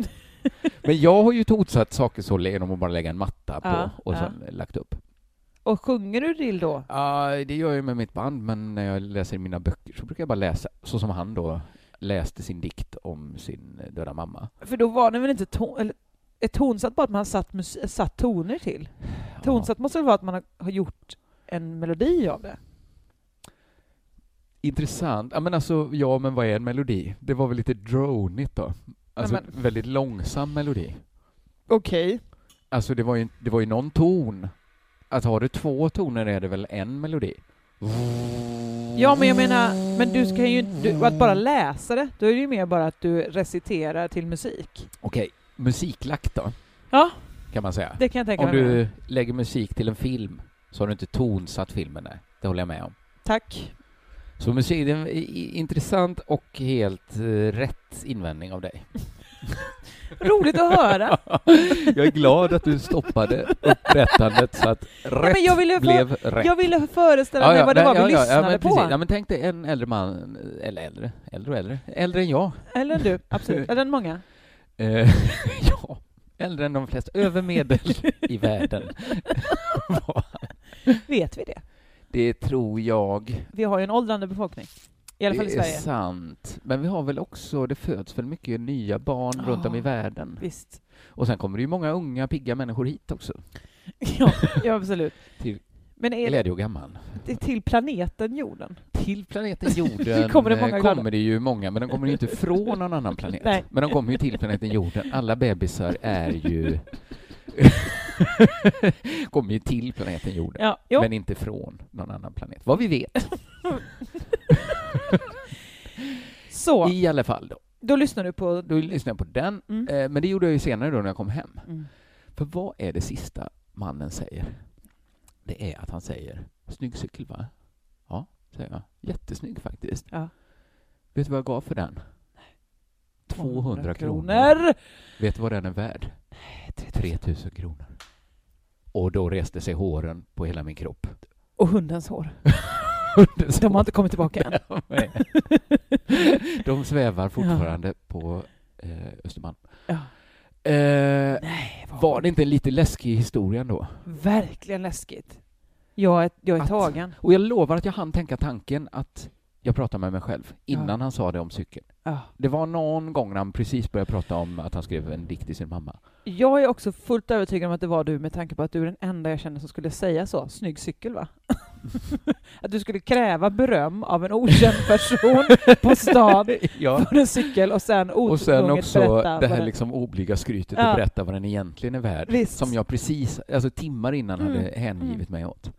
Speaker 2: Men jag har ju totsatt saker så genom att bara lägga en matta på
Speaker 3: Ja,
Speaker 2: och sen lagt upp.
Speaker 3: Och sjunger du drill då?
Speaker 2: Ja, det gör jag ju med mitt band, men när jag läser mina böcker så brukar jag bara läsa, så som han då läste sin dikt om sin eh, döda mamma.
Speaker 3: För då var det väl inte ton, eller, ett tonsatt bara att man satt, mus- satt toner till? Tonsatt måste väl vara att man har, har gjort en melodi av det?
Speaker 2: Intressant. Ja men alltså, ja men vad är en melodi? Det var väl lite dronigt då? Alltså
Speaker 3: Nej,
Speaker 2: väldigt långsam melodi.
Speaker 3: Okej.
Speaker 2: Alltså det var ju, det var ju någon ton. att har du två toner är det väl en melodi?
Speaker 3: Ja, men jag menar, men du ska ju du, att bara läsa det, då är det ju mer bara att du reciterar till musik.
Speaker 2: Okej, musiklack då,
Speaker 3: Ja,
Speaker 2: kan man säga.
Speaker 3: det kan jag tänka
Speaker 2: Om
Speaker 3: mig. med.
Speaker 2: du lägger musik till en film så har du inte tonsatt filmen, nej. Det håller jag med om.
Speaker 3: Tack.
Speaker 2: Så musik, det är en i- i- intressant och helt eh, rätt invändning av dig.
Speaker 3: Roligt att höra.
Speaker 2: jag är glad att du stoppade upprättandet så att rätt
Speaker 3: men jag ville få-
Speaker 2: blev rätt.
Speaker 3: Jag ville föreställa mig vad det
Speaker 2: nej,
Speaker 3: var vi
Speaker 2: ja,
Speaker 3: lyssnade
Speaker 2: men
Speaker 3: på.
Speaker 2: precis. Ja, men tänk dig en äldre man, eller äldre, äldre och äldre, äldre än jag.
Speaker 3: Eller än du, absolut. Eller än många.
Speaker 2: Eh, ja, äldre än de flesta, över medel i världen.
Speaker 3: Vet vi det?
Speaker 2: Det tror jag.
Speaker 3: Vi har ju en åldrande befolkning. I alla fall i
Speaker 2: det är
Speaker 3: Sverige.
Speaker 2: sant. Men vi har väl också, det föds väl mycket nya barn
Speaker 3: Ja.
Speaker 2: runt om i världen.
Speaker 3: Visst.
Speaker 2: Och sen kommer det ju många unga pigga människor hit också.
Speaker 3: Ja, ja absolut.
Speaker 2: Till-
Speaker 3: Men är
Speaker 2: Glädje och gammal.
Speaker 3: det till planeten jorden?
Speaker 2: Till planeten jorden
Speaker 3: Kommer det
Speaker 2: eh,
Speaker 3: många glada?
Speaker 2: kommer det ju många, men de kommer ju inte från någon annan planet.
Speaker 3: Nej.
Speaker 2: Men de kommer ju till planeten jorden. Alla bebisar är ju... kommer ju till planeten jorden,
Speaker 3: Ja, jo.
Speaker 2: men inte från någon annan planet. Vad vi vet,
Speaker 3: Så,
Speaker 2: i alla fall. Då,
Speaker 3: då lyssnar du på...
Speaker 2: då lyssnade jag på den,
Speaker 3: Mm.
Speaker 2: eh, men det gjorde jag ju senare då när jag kom hem.
Speaker 3: Mm.
Speaker 2: För vad är det sista mannen säger? Det är att han säger ”Snygg cykel, va?” Ja, säger jag. Jättesnygg faktiskt.
Speaker 3: Ja.
Speaker 2: Vet du vad jag gav för den? 200 kronor.
Speaker 3: kronor.
Speaker 2: Vet du vad den är värd? 3000 kronor. Och då reste sig håren på hela min kropp.
Speaker 3: Och hundens hår. De har inte kommit tillbaka än.
Speaker 2: Nej. De svävar fortfarande på eh, Östermalm.
Speaker 3: Ja.
Speaker 2: Eh,
Speaker 3: Nej, vad
Speaker 2: var det inte en lite läskig historia då?
Speaker 3: Verkligen läskigt. Jag är, jag är
Speaker 2: Att-
Speaker 3: tagen.
Speaker 2: Och jag lovar att jag hann tänka tanken att jag pratade med mig själv innan
Speaker 3: Ja.
Speaker 2: han sa det om cykeln.
Speaker 3: Ja.
Speaker 2: Det var någon gång när han precis började prata om att han skrev en dikt till sin mamma.
Speaker 3: Jag är också fullt övertygad om att det var du med tanke på att du är den enda jag känner som skulle säga så. Snygg cykel va? att du skulle kräva beröm av en okänd person på stan
Speaker 2: Ja.
Speaker 3: för en cykel och sen
Speaker 2: Och sen
Speaker 3: otvunget
Speaker 2: också
Speaker 3: berätta
Speaker 2: det
Speaker 3: vad
Speaker 2: här
Speaker 3: den-
Speaker 2: liksom obliga skrytet
Speaker 3: Ja.
Speaker 2: och berätta vad den egentligen är värd.
Speaker 3: Visst.
Speaker 2: Som jag precis, alltså timmar innan
Speaker 3: Mm.
Speaker 2: hade hängivit mig åt.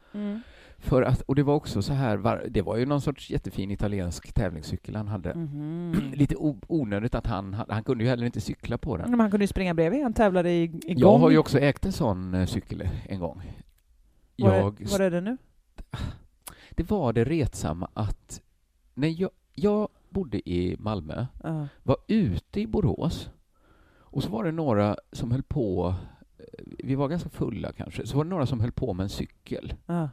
Speaker 2: För att, och det var också så här, var, det var ju någon sorts jättefin italiensk tävlingscykel han hade.
Speaker 3: Mhm.
Speaker 2: Lite o, onödigt att han, hade- han kunde ju heller inte cykla på den.
Speaker 3: Men han kunde ju springa bredvid, han tävlade i, i
Speaker 2: Jag
Speaker 3: gång.
Speaker 2: har ju också ägt en sån eh, cykel en gång.
Speaker 3: Var,
Speaker 2: Jag,
Speaker 3: är, var är det nu?
Speaker 2: Det var det retsamma att när jag, jag bodde i Malmö,
Speaker 3: Ja.
Speaker 2: var ute i Borås och så var det några som höll på, eh, vi var ganska fulla kanske, så var det några som höll på med en cykel.
Speaker 3: Ja.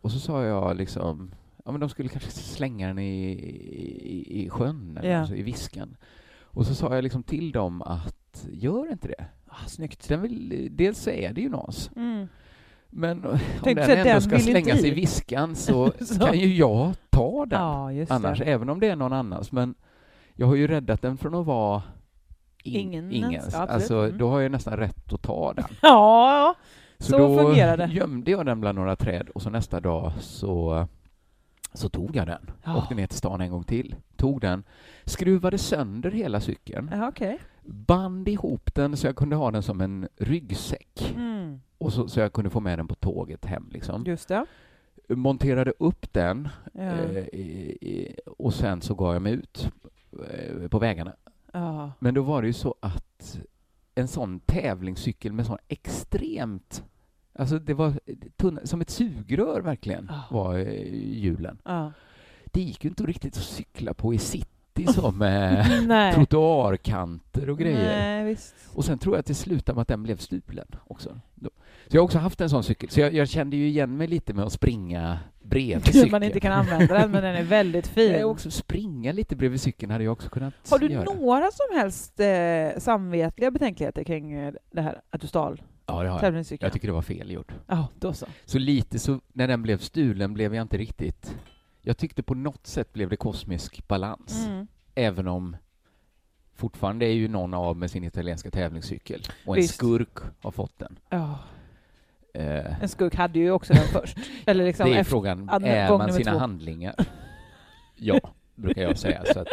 Speaker 2: Och så sa jag liksom, ja men de skulle kanske slänga den i, i, i sjön eller
Speaker 3: Ja.
Speaker 2: så, i viskan. Och så sa jag liksom till dem att gör inte det.
Speaker 3: Ah, snyggt.
Speaker 2: Den vill, dels så är det ju någons,
Speaker 3: Mm.
Speaker 2: men om den
Speaker 3: Tänkte
Speaker 2: ändå
Speaker 3: säga, den
Speaker 2: ska
Speaker 3: vill inte
Speaker 2: slängas i
Speaker 3: i.
Speaker 2: viskan så,
Speaker 3: Så.
Speaker 2: kan ju jag ta den
Speaker 3: Ja, just
Speaker 2: annars,
Speaker 3: det.
Speaker 2: även om det är någon annans. Men jag har ju räddat den från att vara in,
Speaker 3: Ingenens,
Speaker 2: ingens.
Speaker 3: ja, absolut.
Speaker 2: Alltså,
Speaker 3: Mm.
Speaker 2: Då har jag nästan rätt att ta den.
Speaker 3: Ja, Så
Speaker 2: då
Speaker 3: fungerar det.
Speaker 2: gömde jag den bland några träd och så nästa dag så, så tog jag den.
Speaker 3: Ja.
Speaker 2: Åkte ner till stan en gång till, tog den, skruvade sönder hela cykeln,
Speaker 3: ja okej.
Speaker 2: band ihop den så jag kunde ha den som en ryggsäck
Speaker 3: Mm.
Speaker 2: och så, så jag kunde få med den på tåget hem. Liksom.
Speaker 3: Just det.
Speaker 2: Monterade upp den
Speaker 3: Ja.
Speaker 2: Eh, i- i- och sen så gav jag mig ut eh, på vägarna.
Speaker 3: Ja.
Speaker 2: Men då var det ju så att en sån tävlingscykel med sån extremt... Alltså det var tunna, som ett sugrör verkligen
Speaker 3: Ah.
Speaker 2: var eh, hjulen.
Speaker 3: Ja.
Speaker 2: Det gick ju inte riktigt att cykla på i city som med
Speaker 3: Ah. Nej.
Speaker 2: trottoarkanter Eh. och grejer.
Speaker 3: Nej, visst.
Speaker 2: Och sen tror jag att det slutade med att den blev stulen också. Då- Så jag har också haft en sån cykel. Så jag, jag kände ju igen mig lite med att springa bredvid cykeln.
Speaker 3: Man inte kan använda den, men den är väldigt
Speaker 2: Nej,
Speaker 3: fin.
Speaker 2: också springa lite bredvid cykeln hade jag också kunnat
Speaker 3: Har du
Speaker 2: göra.
Speaker 3: några som helst eh, samvetliga betänkligheter kring eh, det här att du stal
Speaker 2: Ja, det har jag.
Speaker 3: tävlingscykeln?
Speaker 2: Jag tycker det var fel gjort.
Speaker 3: Ja, då så.
Speaker 2: Så lite så, när den blev stulen blev jag inte riktigt... Jag tyckte på något sätt blev det kosmisk balans,
Speaker 3: Mm.
Speaker 2: även om fortfarande är ju någon av med sin italienska tävlingscykel och en
Speaker 3: Visst.
Speaker 2: skurk har fått den.
Speaker 3: Ja,
Speaker 2: Eh,
Speaker 3: en skurk hade ju också den först. Eller liksom
Speaker 2: det är
Speaker 3: efter.
Speaker 2: frågan,
Speaker 3: an-
Speaker 2: är
Speaker 3: gång
Speaker 2: man
Speaker 3: nummer
Speaker 2: sina
Speaker 3: två.
Speaker 2: handlingar? Ja, brukar jag säga. Så att,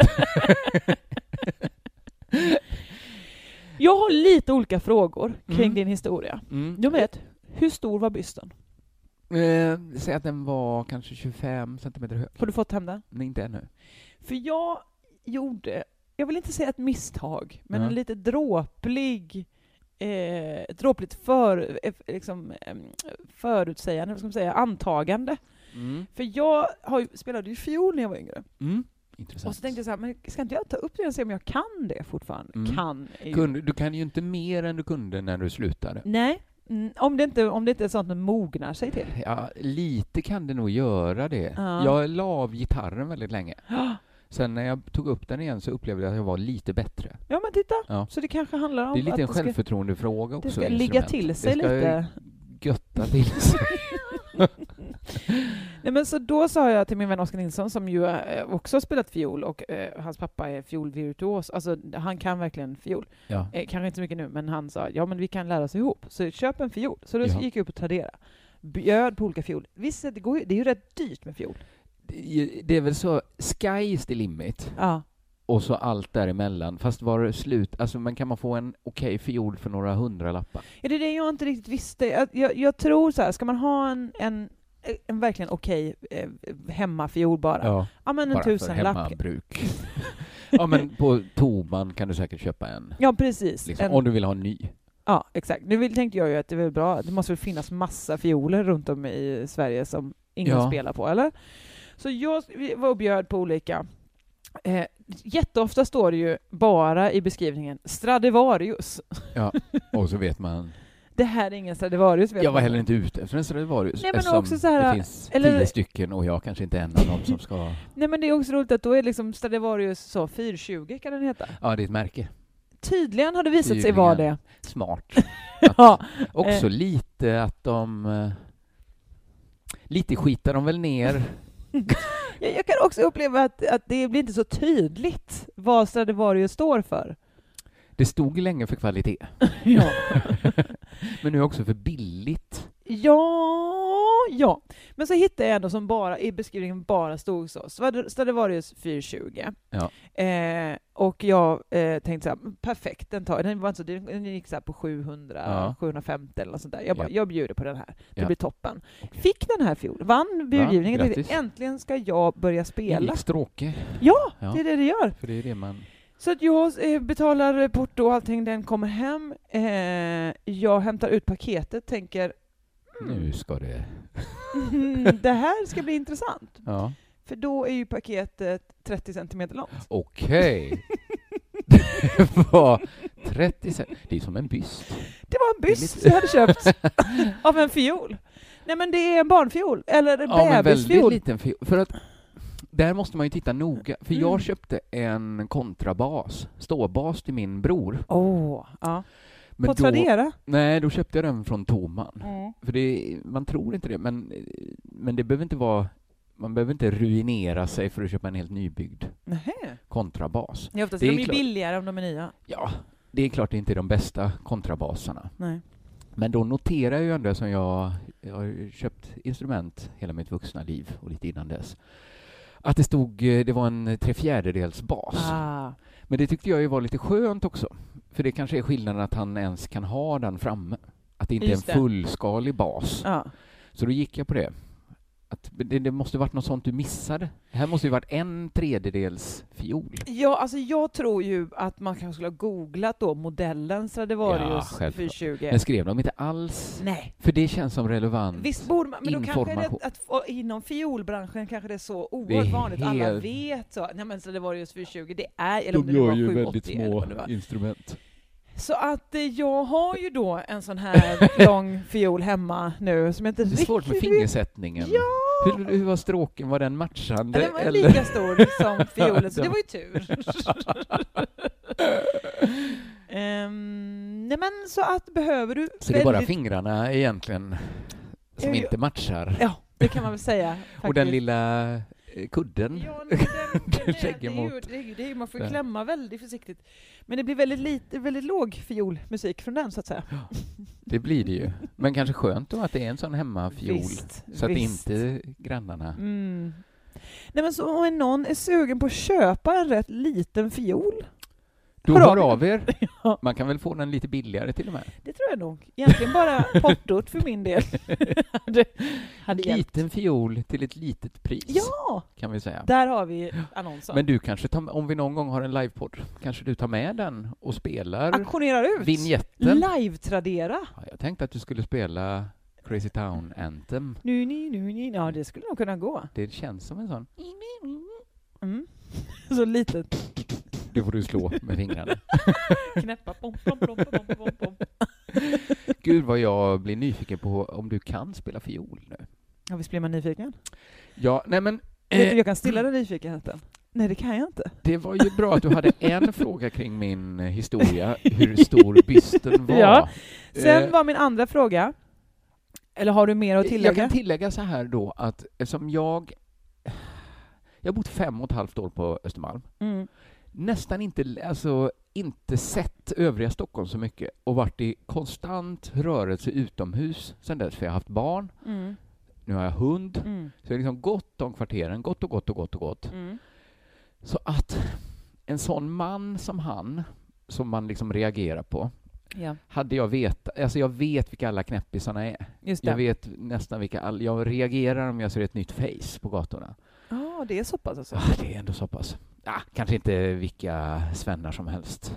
Speaker 3: Jag har lite olika frågor kring
Speaker 2: Mm.
Speaker 3: din historia.
Speaker 2: mm.
Speaker 3: Nummer ett, hur stor var bysten?
Speaker 2: Eh, säg att den var kanske 25 centimeter hög.
Speaker 3: Har du fått hem den?
Speaker 2: Nej, inte ännu.
Speaker 3: För jag gjorde, jag vill inte säga ett misstag, men
Speaker 2: Ja.
Speaker 3: en lite dråplig, eh, ett dråpligt för, eh, liksom, eh, förutsägande, vad ska man säga, antagande.
Speaker 2: Mm.
Speaker 3: För jag har ju, spelade ju fiol när jag var yngre.
Speaker 2: Intressant.
Speaker 3: Och så tänkte jag så här, men ska inte jag ta upp det och se om jag kan det fortfarande?
Speaker 2: Mm.
Speaker 3: Kan är ju...
Speaker 2: kunde, du kan ju inte mer än du kunde när du slutade.
Speaker 3: Nej, mm, om det, inte, om det inte är sånt man mognar sig till.
Speaker 2: Ja, lite kan det nog göra det.
Speaker 3: Ja.
Speaker 2: Jag la av gitarren väldigt länge. Sen när jag tog upp den igen så upplevde jag att jag var lite bättre.
Speaker 3: Ja men titta,
Speaker 2: Ja.
Speaker 3: så det kanske handlar om
Speaker 2: Det är lite en
Speaker 3: att det ska,
Speaker 2: självförtroendefråga också.
Speaker 3: det ska
Speaker 2: instrument.
Speaker 3: ligga till sig
Speaker 2: det ska
Speaker 3: lite.
Speaker 2: Götta till sig.
Speaker 3: Nej, men så då sa jag till min vän Oskar Nilsson, som ju eh, också har spelat fiol, och eh, hans pappa är fiolvirtuos, alltså han kan verkligen fiol.
Speaker 2: Ja.
Speaker 3: Eh, kanske inte så mycket nu, men han sa ja men vi kan lära oss ihop, så köp en fiol. Så då
Speaker 2: Ja.
Speaker 3: gick jag upp och Tradera, bjöd på olika fiol. Visst, det, går ju, det är ju rätt dyrt med fiol.
Speaker 2: Det- Det är väl så, sky is the limit
Speaker 3: Ja.
Speaker 2: och så allt däremellan. Fast var det slut, alltså men kan man få en okej fiol för några hundralappar?
Speaker 3: Ja, det är det jag inte riktigt visste. Jag, jag, jag tror så här, ska man ha en, en, en verkligen okej eh, hemmafiol bara, ja, men en
Speaker 2: bara för
Speaker 3: tusenlapp.
Speaker 2: hemmabruk. ja men på Toman kan du säkert köpa en.
Speaker 3: Ja, precis.
Speaker 2: Liksom,
Speaker 3: En-
Speaker 2: Om du vill ha en ny.
Speaker 3: Ja, exakt. Nu vill- tänkte jag ju att det är väl bra, det måste väl finnas massa fioler runt om i Sverige som ingen
Speaker 2: Ja.
Speaker 3: spelar på, eller? Så jag vi var och bjöd på olika. Eh, jätteofta står det ju bara i beskrivningen Stradivarius.
Speaker 2: Och så vet man.
Speaker 3: Det här är ingen Stradivarius. vet
Speaker 2: Jag var
Speaker 3: man.
Speaker 2: heller inte ute efter en Stradivarius
Speaker 3: Nej, men
Speaker 2: eftersom
Speaker 3: också så här,
Speaker 2: det finns
Speaker 3: eller-
Speaker 2: tio stycken och jag kanske inte är en av dem som ska...
Speaker 3: Nej, men det är också roligt att då är liksom Stradivarius så 420 kan den heta.
Speaker 2: Ja, det är ett märke.
Speaker 3: Tydligen har det visat sig vara det.
Speaker 2: Tydligen. Smart.
Speaker 3: Ja,
Speaker 2: Också lite att de... eh, Lite skitar de väl ner.
Speaker 3: jag, jag kan också uppleva att, att det blir inte så tydligt vad Stradivarius står för.
Speaker 2: Det stod länge för kvalitet,
Speaker 3: Ja.
Speaker 2: men nu också för billigt.
Speaker 3: Ja, ja. Men så hittade jag ändå som bara, i beskrivningen bara stod så. Stad- Stradivarius 420.
Speaker 2: Ja.
Speaker 3: Eh, och jag eh, tänkte så här, perfekt, den tar Den, var inte så, dyr, den gick så här på 700,
Speaker 2: Ja.
Speaker 3: 750 eller något sånt där. Jag bara,
Speaker 2: Ja.
Speaker 3: jag bjuder på den här. Det
Speaker 2: Ja.
Speaker 3: blir toppen. Fick den här fjol, vann budgivningen.
Speaker 2: Vann,
Speaker 3: Tänkte,
Speaker 2: grattis.
Speaker 3: Äntligen ska jag börja spela.
Speaker 2: Ingick Stråke, Ja.
Speaker 3: Det är det det gör.
Speaker 2: för det är det man...
Speaker 3: Så att jag eh, betalar porto och allting, den kommer hem. Eh, jag hämtar ut paketet, tänker
Speaker 2: Nu ska det...
Speaker 3: Mm, det här ska bli intressant.
Speaker 2: Ja.
Speaker 3: För då är ju paketet 30 centimeter långt.
Speaker 2: Okej. det var 30 cent. Det är som en byst.
Speaker 3: Det var en byst
Speaker 2: lite-
Speaker 3: jag hade köpt av en fiol. Nej men det är en barnfiol, eller en
Speaker 2: Ja, men väldigt
Speaker 3: bebisfiol.
Speaker 2: liten fiol. För att där måste man ju titta noga. För jag
Speaker 3: Mm.
Speaker 2: köpte en kontrabas, ståbas till min bror.
Speaker 3: Åh, ja.
Speaker 2: Men
Speaker 3: På
Speaker 2: då,
Speaker 3: Tradera.
Speaker 2: Nej, då köpte jag den från Toman.
Speaker 3: Mm.
Speaker 2: För det, man tror inte det, men, men det behöver inte vara... Man behöver inte ruinera sig för att köpa en helt nybyggd
Speaker 3: Nähä.
Speaker 2: kontrabas.
Speaker 3: Ja, oftast
Speaker 2: Det
Speaker 3: är
Speaker 2: är
Speaker 3: de ju
Speaker 2: klart.
Speaker 3: billigare om de är nya.
Speaker 2: Ja, det är klart det inte är de bästa kontrabasarna.
Speaker 3: Nej.
Speaker 2: Men då noterar jag ju ändå, som jag, jag har ju köpt instrument hela mitt vuxna liv och lite innan dess, att det stod, eh, det var en trefjärdedels bas.
Speaker 3: Ah.
Speaker 2: Men det tyckte jag ju var lite skönt också. För det kanske är skillnaden att han ens kan ha den framme. Att det inte
Speaker 3: Just
Speaker 2: är
Speaker 3: det.
Speaker 2: en fullskalig bas.
Speaker 3: Ja.
Speaker 2: Så då gick jag på det. Att det, det måste varit något sånt du missade. Det här måste ju varit en tredjedels fiol.
Speaker 3: ja, alltså jag tror ju att man kanske skulle ha googlat då modellen
Speaker 2: Ja,
Speaker 3: Stradivarius
Speaker 2: självklart.
Speaker 3: 420.
Speaker 2: Men skrev de inte alls?
Speaker 3: Nej.
Speaker 2: För det känns som relevant.
Speaker 3: Visst borde man, men då kanske är
Speaker 2: Mm. information.
Speaker 3: det att, att inom fiolbranschen kanske det är så
Speaker 2: Det är
Speaker 3: oerhört vanligt, alla
Speaker 2: helt-
Speaker 3: vet så. Nej men så det var just 420, det är, eller om det nu var 780 eller vad det var.
Speaker 2: instrument.
Speaker 3: Så att eh, jag har ju då en sån här lång fiol hemma nu som jag inte
Speaker 2: Det är
Speaker 3: riktigt
Speaker 2: svårt med
Speaker 3: vet-
Speaker 2: fingersättningen.
Speaker 3: Ja!
Speaker 2: Hur, hur var stråken? Var den matchande?
Speaker 3: Ja, Den var ju
Speaker 2: eller?
Speaker 3: lika stor som fiolen, så det var ju tur. Ehm, nej men så att behöver du
Speaker 2: Så det är bara
Speaker 3: väldigt-
Speaker 2: fingrarna egentligen som
Speaker 3: Ja, ja.
Speaker 2: inte matchar.
Speaker 3: Ja, det kan man väl säga. Faktiskt.
Speaker 2: Och den lilla eh, kudden.
Speaker 3: Ja, nej, den, den,
Speaker 2: Du
Speaker 3: är-
Speaker 2: lägger
Speaker 3: det är ju,
Speaker 2: mot
Speaker 3: det är ju, det är ju, man får
Speaker 2: den.
Speaker 3: ju klämma väldigt försiktigt. Men det blir väldigt, lite, väldigt låg fiolmusik från den, så att säga.
Speaker 2: Det blir det ju. Men kanske skönt då att det är en sån hemmafiol.
Speaker 3: Visst,
Speaker 2: Så
Speaker 3: visst.
Speaker 2: att inte grannarna...
Speaker 3: Mm. Nej, men så om någon är sugen på att köpa en rätt liten fiol
Speaker 2: Då
Speaker 3: Hör
Speaker 2: hör
Speaker 3: av
Speaker 2: av er.
Speaker 3: Ja.
Speaker 2: Man kan väl få den lite billigare till och med.
Speaker 3: Det tror jag nog. Egentligen bara portot för min del. hade, hade hjälpt.
Speaker 2: Liten fiol till ett litet pris,
Speaker 3: Ja,
Speaker 2: kan vi säga.
Speaker 3: där har vi annonsen.
Speaker 2: Men du kanske, tar, om vi någon gång har en livepodd, kanske du tar med den och spelar
Speaker 3: Auktionerar ut.
Speaker 2: vignetten?
Speaker 3: Live-tradera.
Speaker 2: Ja, jag tänkte att du skulle spela Crazy Town Anthem.
Speaker 3: Nu, nu, nu, nu. Ja, det skulle nog kunna gå.
Speaker 2: Det känns som en sån.
Speaker 3: Mm. Så litet.
Speaker 2: Det får du slå med fingrarna.
Speaker 3: Knäppa. Pom, pom, pom, pom, pom, pom, pom.
Speaker 2: Gud vad jag blir nyfiken på om du kan spela fiol nu.
Speaker 3: Ja, visst blir man nyfiken?
Speaker 2: Ja, nej men
Speaker 3: Vet
Speaker 2: eh,
Speaker 3: du, jag kan stilla den nyfikenheten. Nej, det kan jag inte.
Speaker 2: det var ju bra att du hade en fråga kring min eh, historia, hur stor bysten var.
Speaker 3: Ja.
Speaker 2: Eh,
Speaker 3: Sen var min andra fråga. Eller har du mer att
Speaker 2: Jag
Speaker 3: tillägga?
Speaker 2: kan tillägga så här då att eftersom jag... Jag har bott fem och ett halvt år på Östermalm.
Speaker 3: Mm.
Speaker 2: Nästan inte, alltså, inte sett övriga Stockholm så mycket och varit i konstant rörelse utomhus sedan dess, för jag har haft barn,
Speaker 3: Mm.
Speaker 2: nu har jag hund,
Speaker 3: Mm.
Speaker 2: så jag har liksom gått om kvarteren, gått och gått och gått och gått.
Speaker 3: Mm.
Speaker 2: Så att en sån man som han, som man liksom reagerar på,
Speaker 3: Ja,
Speaker 2: hade jag vetat, alltså jag vet vilka alla knäppisarna är.
Speaker 3: just
Speaker 2: Jag
Speaker 3: det.
Speaker 2: vet nästan vilka, all, jag reagerar om jag ser ett nytt face på gatorna.
Speaker 3: Ja, det är så pass alltså.
Speaker 2: Ah, det är ändå så pass. Ah, kanske inte vilka svennar som helst,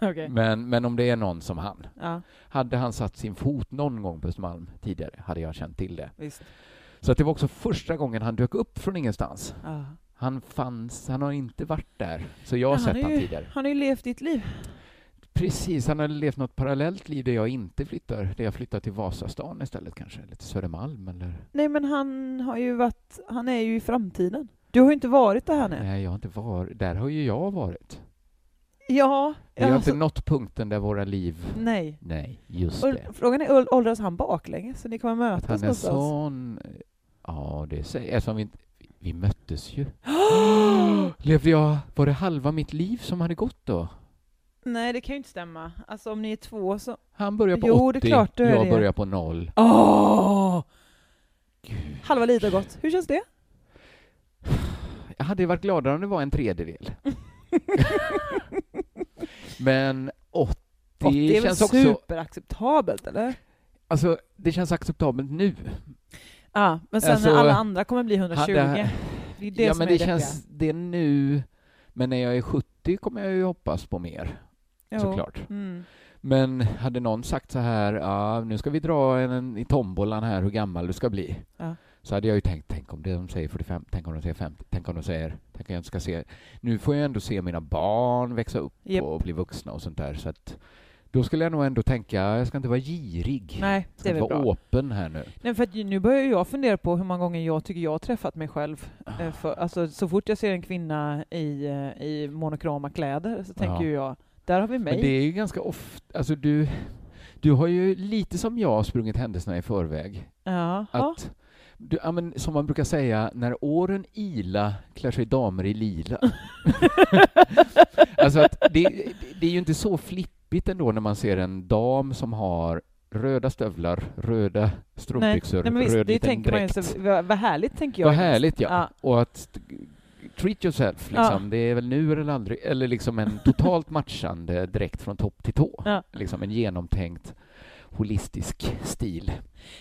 Speaker 3: Okej.
Speaker 2: men, men om det är någon som han.
Speaker 3: Ja,
Speaker 2: Hade han satt sin fot någon gång på Östermalm tidigare hade jag känt till det.
Speaker 3: visst.
Speaker 2: Så att det var också första gången han dök upp från ingenstans.
Speaker 3: Ja.
Speaker 2: Han fanns, han har inte varit där, så jag har
Speaker 3: Ja,
Speaker 2: sett
Speaker 3: är
Speaker 2: han
Speaker 3: ju-
Speaker 2: tidigare.
Speaker 3: Han har ju levt ditt liv.
Speaker 2: Precis, han har levt något parallellt liv där jag inte flyttar, där jag flyttar till Vasastan istället kanske, eller till Södermalm eller...
Speaker 3: Nej, men han har ju varit, han är ju i framtiden. Du har ju inte varit där han är.
Speaker 2: Nej, jag har inte varit, där har ju jag varit.
Speaker 3: Ja,
Speaker 2: Vi har
Speaker 3: alltså,
Speaker 2: inte nått punkten där våra liv...
Speaker 3: nej.
Speaker 2: Nej, just det.
Speaker 3: Och frågan är, ål- åldras han baklänges? Så ni kommer
Speaker 2: Att
Speaker 3: mötas
Speaker 2: han är
Speaker 3: någonstans?
Speaker 2: sån... eh, Ja, det säger eftersom vi inte... Vi möttes ju. Levde jag... Var det halva mitt liv som hade gått då?
Speaker 3: Nej, det kan ju inte stämma. Alltså om ni är två så...
Speaker 2: Han börjar på
Speaker 3: Jo, det
Speaker 2: 80,
Speaker 3: är klart du är
Speaker 2: jag
Speaker 3: det.
Speaker 2: börjar på noll.
Speaker 3: Åh!
Speaker 2: Gud.
Speaker 3: Halva livet har gått. Hur känns det?
Speaker 2: Jag hade varit gladare om det var en tredjedel. Men 80,
Speaker 3: 80 är väl
Speaker 2: känns också...
Speaker 3: superacceptabelt, eller?
Speaker 2: Alltså, det känns acceptabelt nu.
Speaker 3: Ja, men sen
Speaker 2: Alltså,
Speaker 3: när alla andra kommer bli 120.
Speaker 2: hade-
Speaker 3: Det är det
Speaker 2: ja,
Speaker 3: som
Speaker 2: men
Speaker 3: är
Speaker 2: det känns... Det är nu. Men när jag är 70 kommer jag ju hoppas på mer,
Speaker 3: deppiga. Jo.
Speaker 2: såklart.
Speaker 3: Mm.
Speaker 2: Men hade någon sagt så här, ja, nu ska vi dra en, en i tombolan här hur gammal du ska bli.
Speaker 3: Ja.
Speaker 2: Så hade jag ju tänkt, tänk om det de säger 45, tänk om de säger 50, tänk om de säger, tänk om jag inte ska se. Nu får jag ändå se mina barn växa upp
Speaker 3: Japp.
Speaker 2: och bli vuxna och sånt där. Så att, då skulle jag nog ändå tänka, jag ska inte vara girig.
Speaker 3: Nej,
Speaker 2: jag
Speaker 3: det
Speaker 2: ska
Speaker 3: är väl
Speaker 2: inte vara
Speaker 3: bra.
Speaker 2: åpen här nu.
Speaker 3: Nej, för att ju- nu börjar ju jag fundera på hur många gånger jag tycker jag har träffat mig själv.
Speaker 2: Ah.
Speaker 3: Eh, För, alltså, så fort jag ser en kvinna i, eh, i monokrama kläder så tänker
Speaker 2: Ja.
Speaker 3: ju jag, där har vi mig.
Speaker 2: Men det är ju ganska ofta, alltså du, du har ju lite som jag sprungit händelserna i förväg.
Speaker 3: Jaha.
Speaker 2: Att, du, ja, men, som man brukar säga, när åren ila klär sig damer i lila. alltså att det, det är ju inte så flippigt ändå när man ser en dam som har röda stövlar, röda strumpbyxor,
Speaker 3: Nej, men visst,
Speaker 2: röd
Speaker 3: det
Speaker 2: liten
Speaker 3: tänker man ju.
Speaker 2: dräkt.
Speaker 3: Så, vad, vad härligt, tänker jag.
Speaker 2: Vad
Speaker 3: ju mest.
Speaker 2: härligt, ja.
Speaker 3: Ja.
Speaker 2: Och att treat yourself, liksom. det är väl nu eller aldrig. Eller liksom en totalt matchande dräkt från topp till tå.
Speaker 3: Ja.
Speaker 2: Liksom en genomtänkt holistisk stil.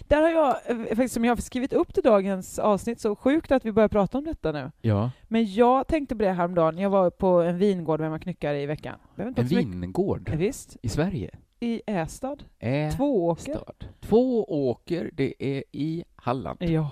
Speaker 3: Där har jag, eh, faktiskt, som jag har skrivit upp till dagens avsnitt, så sjukt att vi börjar prata om detta nu.
Speaker 2: Ja.
Speaker 3: Men jag tänkte på det häromdagen, jag var på en vingård med man knyckare i veckan. Behöver inte
Speaker 2: En
Speaker 3: prata så mycket.
Speaker 2: vingård
Speaker 3: Visst,
Speaker 2: i Sverige.
Speaker 3: i Ästad,
Speaker 2: Ä-
Speaker 3: Tvååker.
Speaker 2: stad. Två åker, det är i Halland.
Speaker 3: Ja,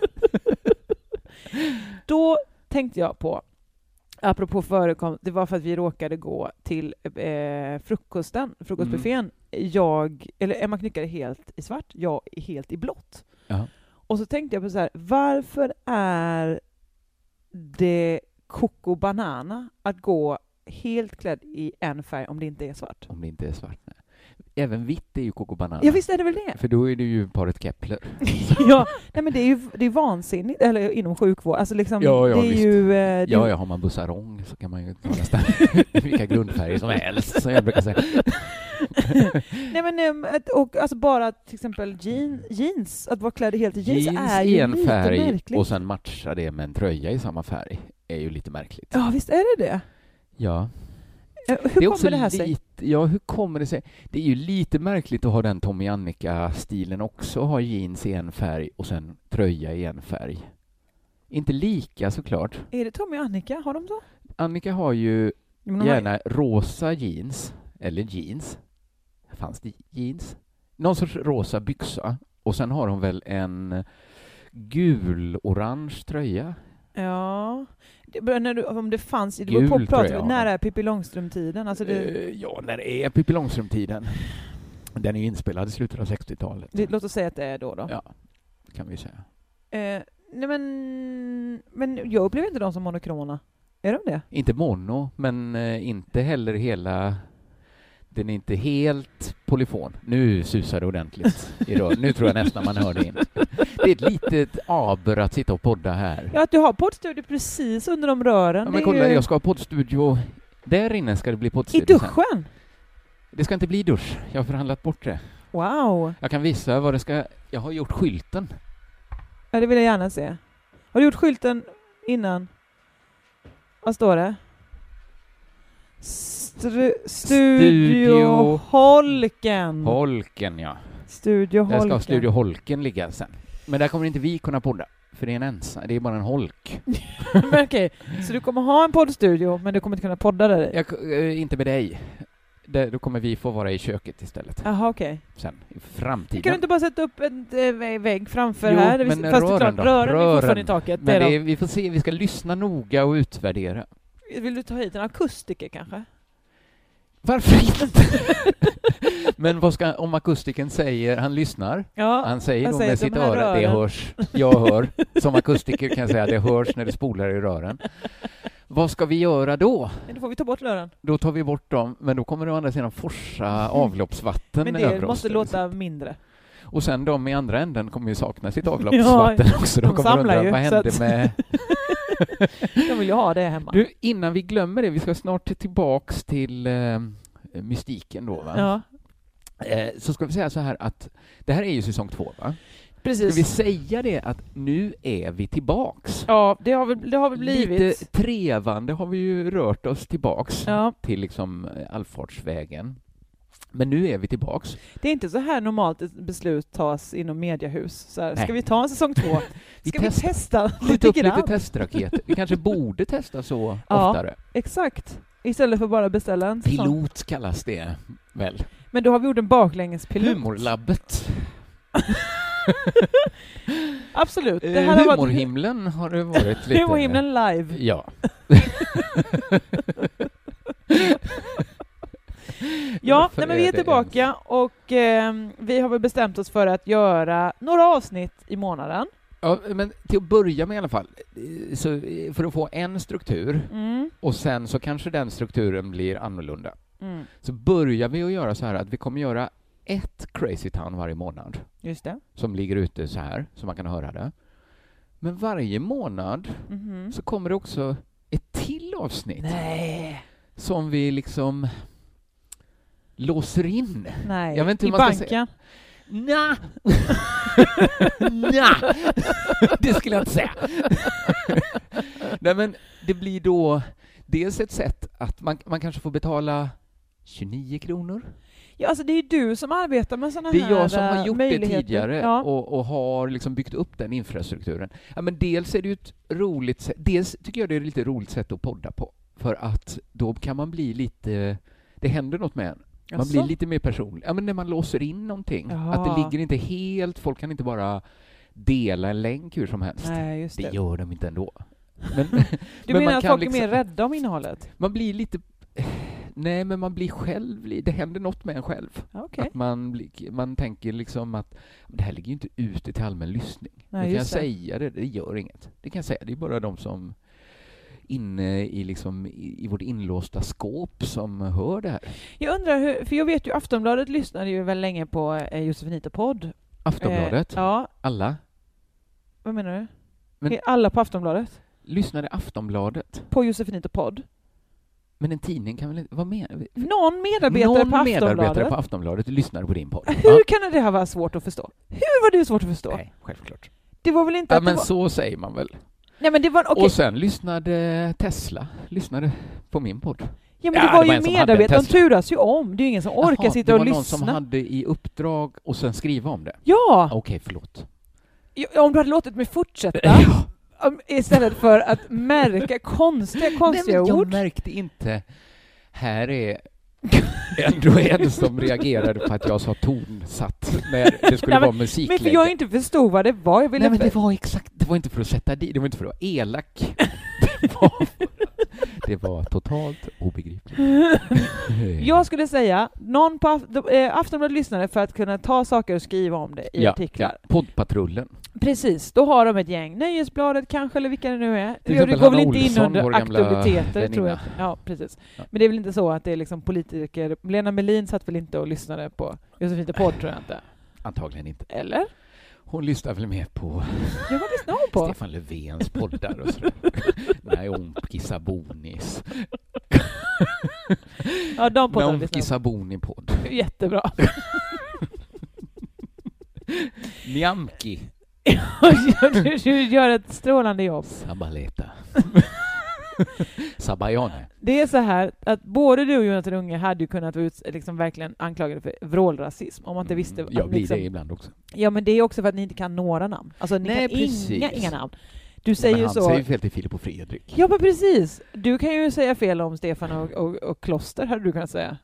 Speaker 3: Då tänkte jag på, apropå förekomst, det var för att vi råkade gå till eh, frukosten, frukostbuffén.
Speaker 2: Mm.
Speaker 3: Jag, eller Emma Knyckare helt i svart, jag är helt i blått.
Speaker 2: Ja.
Speaker 3: Och så tänkte jag på så här, varför är det koko banana att gå helt klädd i en färg om det inte är svart?
Speaker 2: Om det inte är svart. nej. Även vitt är ju Coco Banana.
Speaker 3: Ja, visst är det väl det?
Speaker 2: För då är det ju paret Kepler.
Speaker 3: ja, nej men det är ju det är vansinnigt, eller inom sjukvård, alltså liksom,
Speaker 2: Ja, ja,
Speaker 3: det är
Speaker 2: visst.
Speaker 3: ju... eh, Det
Speaker 2: Ja, ja, har man bussarong så kan man ju ta nästan vilka grundfärger som helst, som jag brukar säga.
Speaker 3: Nej men um, att- och alltså bara till exempel jean, jeans, att vara klädd helt i jeans, är
Speaker 2: i
Speaker 3: ju
Speaker 2: en
Speaker 3: lite
Speaker 2: färg
Speaker 3: märkligt.
Speaker 2: och sen matcha det med en tröja i samma färg är ju lite märkligt.
Speaker 3: Ja visst är det det?
Speaker 2: Ja.
Speaker 3: Eh, Hur kommer det här sig?
Speaker 2: lite, Ja, hur kommer det sig? Det är ju lite märkligt att ha den Tommy Annika-stilen också, ha jeans i en färg och sen tröja i en färg. Inte lika såklart.
Speaker 3: Är det Tommy och Annika? Har de så?
Speaker 2: Annika har ju
Speaker 3: Men de har-
Speaker 2: gärna rosa jeans, eller jeans. Fanns det jeans? Någon sorts rosa byxa. Och sen har hon väl en gul-orange tröja?
Speaker 3: Ja. Det, men när du, om det fanns, det var på
Speaker 2: Gul
Speaker 3: pratar
Speaker 2: tröja
Speaker 3: vi,
Speaker 2: har
Speaker 3: när
Speaker 2: de.
Speaker 3: är Pippi Långstrump-tiden? Alltså det,
Speaker 2: Eh, Ja, när är Pippi Långstrump-tiden? Den är ju inspelad i slutet av 60-talet,
Speaker 3: det, låt oss säga att det är då då.
Speaker 2: Ja. kan vi säga.
Speaker 3: Eh, nej men, men jag upplever inte dem som monokroma. Är de det?
Speaker 2: Inte mono, men eh, inte heller hela... Den är inte helt polyfon. Nu susar det ordentligt i rör. Nu tror jag nästan man hör det in. Det är ett litet aber att sitta och podda här.
Speaker 3: Ja, att du har poddstudio precis under de rören.
Speaker 2: Ja,
Speaker 3: det
Speaker 2: men
Speaker 3: är
Speaker 2: kolla,
Speaker 3: ju...
Speaker 2: jag ska ha poddstudio. Där inne ska det bli
Speaker 3: I
Speaker 2: poddstudio sen.
Speaker 3: duschen?
Speaker 2: Det ska inte bli dusch. Jag har förhandlat bort det.
Speaker 3: Wow!
Speaker 2: Jag kan visa vad det ska... Jag har gjort skylten.
Speaker 3: Ja, det vill jag gärna se. Har du gjort skylten innan? Vad står det? Stru-
Speaker 2: Studio-
Speaker 3: studio Holken.
Speaker 2: Holken, ja.
Speaker 3: studio
Speaker 2: Där ska
Speaker 3: Mm. Holken.
Speaker 2: Studio Holken ligga sen. Men där kommer inte vi kunna podda, för det är en ensam. Det är bara en holk.
Speaker 3: men okej, så du kommer ha en poddstudio men du kommer inte kunna podda där i?
Speaker 2: Jag, eh, inte med dig. Där, då kommer vi få vara i köket istället
Speaker 3: Jaha okej.
Speaker 2: sen, i
Speaker 3: Kan du
Speaker 2: framtiden.
Speaker 3: inte bara sätta upp en eh, vä- vägg framför
Speaker 2: Jo,
Speaker 3: här?
Speaker 2: men
Speaker 3: Visst- Fast det är
Speaker 2: rören
Speaker 3: klart,
Speaker 2: då?
Speaker 3: rören är fortfarande
Speaker 2: Rören.
Speaker 3: i taket. Det
Speaker 2: Men det
Speaker 3: är
Speaker 2: är, vi får se, vi ska lyssna noga och utvärdera.
Speaker 3: de. Vill du ta hit en akustiker kanske?
Speaker 2: Varför inte? Men vad ska, om akustiken säger, han lyssnar,
Speaker 3: Ja,
Speaker 2: Han säger
Speaker 3: Han
Speaker 2: nog
Speaker 3: säger
Speaker 2: med
Speaker 3: att de
Speaker 2: sitt
Speaker 3: här
Speaker 2: öra, det
Speaker 3: rören-
Speaker 2: hörs, jag hör. Som akustiker kan jag säga, det hörs när det spolar i rören. Vad ska vi göra då?
Speaker 3: då får vi ta bort rören.
Speaker 2: Då tar vi bort dem, men då kommer det å andra sidan forsa avloppsvatten
Speaker 3: Men
Speaker 2: över
Speaker 3: det
Speaker 2: oss.
Speaker 3: måste låta mindre.
Speaker 2: Och sen de i andra änden kommer ju sakna sitt avloppsvatten också. De
Speaker 3: de
Speaker 2: kommer
Speaker 3: samlar
Speaker 2: undra,
Speaker 3: ju,
Speaker 2: vad
Speaker 3: så
Speaker 2: hände
Speaker 3: att-
Speaker 2: med...
Speaker 3: De vill ju ha det hemma.
Speaker 2: Du, innan vi glömmer det, vi ska snart tillbaks till eh, mystiken då, va?
Speaker 3: Ja,
Speaker 2: Eh, så ska vi säga så här att det här är ju säsong två, va? Ska
Speaker 3: precis.
Speaker 2: vi säga det att nu är vi tillbaks?
Speaker 3: Ja, det har väl, det har väl blivit.
Speaker 2: Lite trevande har vi ju rört oss tillbaks
Speaker 3: Ja,
Speaker 2: till liksom eh, allfartsvägen. Men nu är vi tillbaks.
Speaker 3: det är inte så här normalt ett beslut tas inom mediehus. Så här,
Speaker 2: Nej.
Speaker 3: ska vi ta en säsong två?
Speaker 2: Vi
Speaker 3: Ska vi
Speaker 2: testar.
Speaker 3: testa
Speaker 2: Skjuta
Speaker 3: lite
Speaker 2: upp lite
Speaker 3: grann?
Speaker 2: testraketer. Vi kanske borde testa så
Speaker 3: Ja.
Speaker 2: oftare.
Speaker 3: Exakt. Istället för bara beställa en säsong.
Speaker 2: Pilot kallas det väl?
Speaker 3: Men då har vi gjort en baklängespilot.
Speaker 2: Humorlabbet.
Speaker 3: Absolut. Det
Speaker 2: Eh,
Speaker 3: här har varit
Speaker 2: Humorhimlen har det varit lite.
Speaker 3: Humorhimlen live.
Speaker 2: Ja.
Speaker 3: Ja,
Speaker 2: Varför
Speaker 3: nej, men vi är
Speaker 2: det
Speaker 3: tillbaka och ehm, vi har väl bestämt oss för att göra några avsnitt i månaden.
Speaker 2: Ja, men till att börja med i alla fall, eh, så eh, för att få en struktur
Speaker 3: Mm.
Speaker 2: och sen så kanske den strukturen blir annorlunda.
Speaker 3: Mm.
Speaker 2: Så börjar vi att göra så här att vi kommer göra ett Crazy Town varje månad
Speaker 3: Just det.
Speaker 2: som ligger ute så här, så man kan höra det. Men varje månad
Speaker 3: Mhm.
Speaker 2: så kommer det också ett till avsnitt
Speaker 3: Nej.
Speaker 2: som vi liksom låser in.
Speaker 3: Nej.
Speaker 2: Jag vet inte hur
Speaker 3: I
Speaker 2: man ska
Speaker 3: banken.
Speaker 2: Nja! Nja! Det skulle jag inte säga. Nej, men det blir då dels ett sätt att man, man kanske får betala 29 kronor.
Speaker 3: Ja, alltså det är ju du som arbetar med sådana här
Speaker 2: Det är jag som
Speaker 3: eh,
Speaker 2: har gjort det
Speaker 3: möjligheter.
Speaker 2: tidigare
Speaker 3: Ja.
Speaker 2: och, och har liksom byggt upp den infrastrukturen. Ja, men dels är det ju ett roligt sätt, dels tycker jag det är ett lite roligt sätt att podda på, för att då kan man bli lite, det händer något med en. Man blir
Speaker 3: Jaså?
Speaker 2: lite mer personlig. Ja, men när man låser in någonting,
Speaker 3: Jaha.
Speaker 2: att det ligger inte helt, folk kan inte bara dela en länk hur som helst.
Speaker 3: Nej, just
Speaker 2: Det
Speaker 3: det.
Speaker 2: gör de inte ändå.
Speaker 3: Du
Speaker 2: Men, men
Speaker 3: menar
Speaker 2: man
Speaker 3: att
Speaker 2: kan
Speaker 3: folk
Speaker 2: liksom-
Speaker 3: är mer rädda om innehållet?
Speaker 2: man blir lite... Nej, men man blir själv... li- Det händer något med en själv.
Speaker 3: Ja, Okej.
Speaker 2: Att man, blir, man tänker liksom att det här ligger ju inte ute till allmän lyssning.
Speaker 3: Nej,
Speaker 2: nu kan jag
Speaker 3: just det.
Speaker 2: säga det, det gör inget. Det kan jag säga, det är bara de som inne i, liksom, i, i vårt inlåsta skåp som hör det här.
Speaker 3: Jag undrar hur, för jag vet ju Aftonbladet lyssnade ju väl länge på eh, Josefinita podd.
Speaker 2: Aftonbladet,
Speaker 3: Eh, ja,
Speaker 2: alla.
Speaker 3: vad menar du?
Speaker 2: Men-
Speaker 3: Är alla på Aftonbladet?
Speaker 2: Lyssnade Aftonbladet?
Speaker 3: På Josefinita podd?
Speaker 2: Men en tidning kan väl inte... Vad menar
Speaker 3: Någon medarbetare
Speaker 2: Någon
Speaker 3: på Aftonbladet?
Speaker 2: medarbetare på Aftonbladet lyssnar på din podd?
Speaker 3: Hur kan det här vara svårt att förstå? Hur var det svårt att förstå?
Speaker 2: Ja, nej, självklart.
Speaker 3: Det var väl inte
Speaker 2: Ja,
Speaker 3: att det
Speaker 2: men
Speaker 3: var...
Speaker 2: så säger man väl?
Speaker 3: Nej men det var... Okej.
Speaker 2: Och sen lyssnade Tesla lyssnade på min podd.
Speaker 3: Ja men
Speaker 2: Ja,
Speaker 3: det var
Speaker 2: det var en
Speaker 3: ju
Speaker 2: som hade en
Speaker 3: medarbetare, de
Speaker 2: Tesla.
Speaker 3: turas ju om. Det är ju ingen som orkar
Speaker 2: Jaha,
Speaker 3: sitta
Speaker 2: det
Speaker 3: och
Speaker 2: var
Speaker 3: lyssna.
Speaker 2: någon som hade i uppdrag och sen skriva om det. Ah,
Speaker 3: Ja!
Speaker 2: Okej, förlåt.
Speaker 3: Ja, Om du hade låtit mig fortsätta om- istället för att märka konstiga, konstiga
Speaker 2: Nej, men jag
Speaker 3: ord.
Speaker 2: märkte inte. Här är ändå en som reagerade på att jag sa tonsatt när det skulle
Speaker 3: Nej, men-
Speaker 2: vara musiklägg.
Speaker 3: Men för jag inte förstod vad det var. Jag ville
Speaker 2: Nej, men det
Speaker 3: inte...
Speaker 2: var exakt, det var inte för att sätta dit, det var inte för att vara elak. Det var, det var totalt obegripligt.
Speaker 3: Jag skulle säga, någon på Af- de- eh, Aftonbladet lyssnade för att kunna ta saker och skriva om det i
Speaker 2: ja,
Speaker 3: artiklar.
Speaker 2: Ja, poddpatrullen.
Speaker 3: Precis, då har de ett gäng. Nöjesbladet kanske, eller vilka det nu är.
Speaker 2: Till
Speaker 3: Ja, det
Speaker 2: exempel
Speaker 3: går väl
Speaker 2: Hanna
Speaker 3: inte in
Speaker 2: Olsson,
Speaker 3: under
Speaker 2: vår gamla
Speaker 3: aktualiteter, tror jag.
Speaker 2: väninna.
Speaker 3: Ja, precis.
Speaker 2: Ja.
Speaker 3: Men det är väl inte så att det är liksom politiker. Lena Melin satt väl inte och lyssnade på Josefinte Podd, tror jag inte.
Speaker 2: Antagligen inte.
Speaker 3: Eller?
Speaker 2: Hon lyssnar väl mer på
Speaker 3: Ja, vad lyssnade hon på?
Speaker 2: Stefan Löfvens poddar och sådär. Naomki Sabonis.
Speaker 3: Ja, de poddarna
Speaker 2: Naomki
Speaker 3: lyssnade
Speaker 2: Saboni-podd.
Speaker 3: hon på. Jättebra.
Speaker 2: Niamki
Speaker 3: du, du gör ett strålande jobb.
Speaker 2: Sabaleta. Sabayane.
Speaker 3: Det är så här att både du och Jonathan Unge hade ju kunnat vara ut, liksom verkligen anklagade för vrålrasism om man inte visste.
Speaker 2: Mm, Jag blir
Speaker 3: liksom,
Speaker 2: det ibland också.
Speaker 3: Ja, men det är också för att ni inte kan några namn. Alltså, ni
Speaker 2: Nej,
Speaker 3: kan inga,
Speaker 2: precis.
Speaker 3: inga namn. Du säger
Speaker 2: Men
Speaker 3: ju
Speaker 2: han
Speaker 3: så.
Speaker 2: säger ju fel till Filip och Fredrik.
Speaker 3: Ja, men precis. Du kan ju säga fel om Stefan och, och, och Kloster, hade du kunnat säga.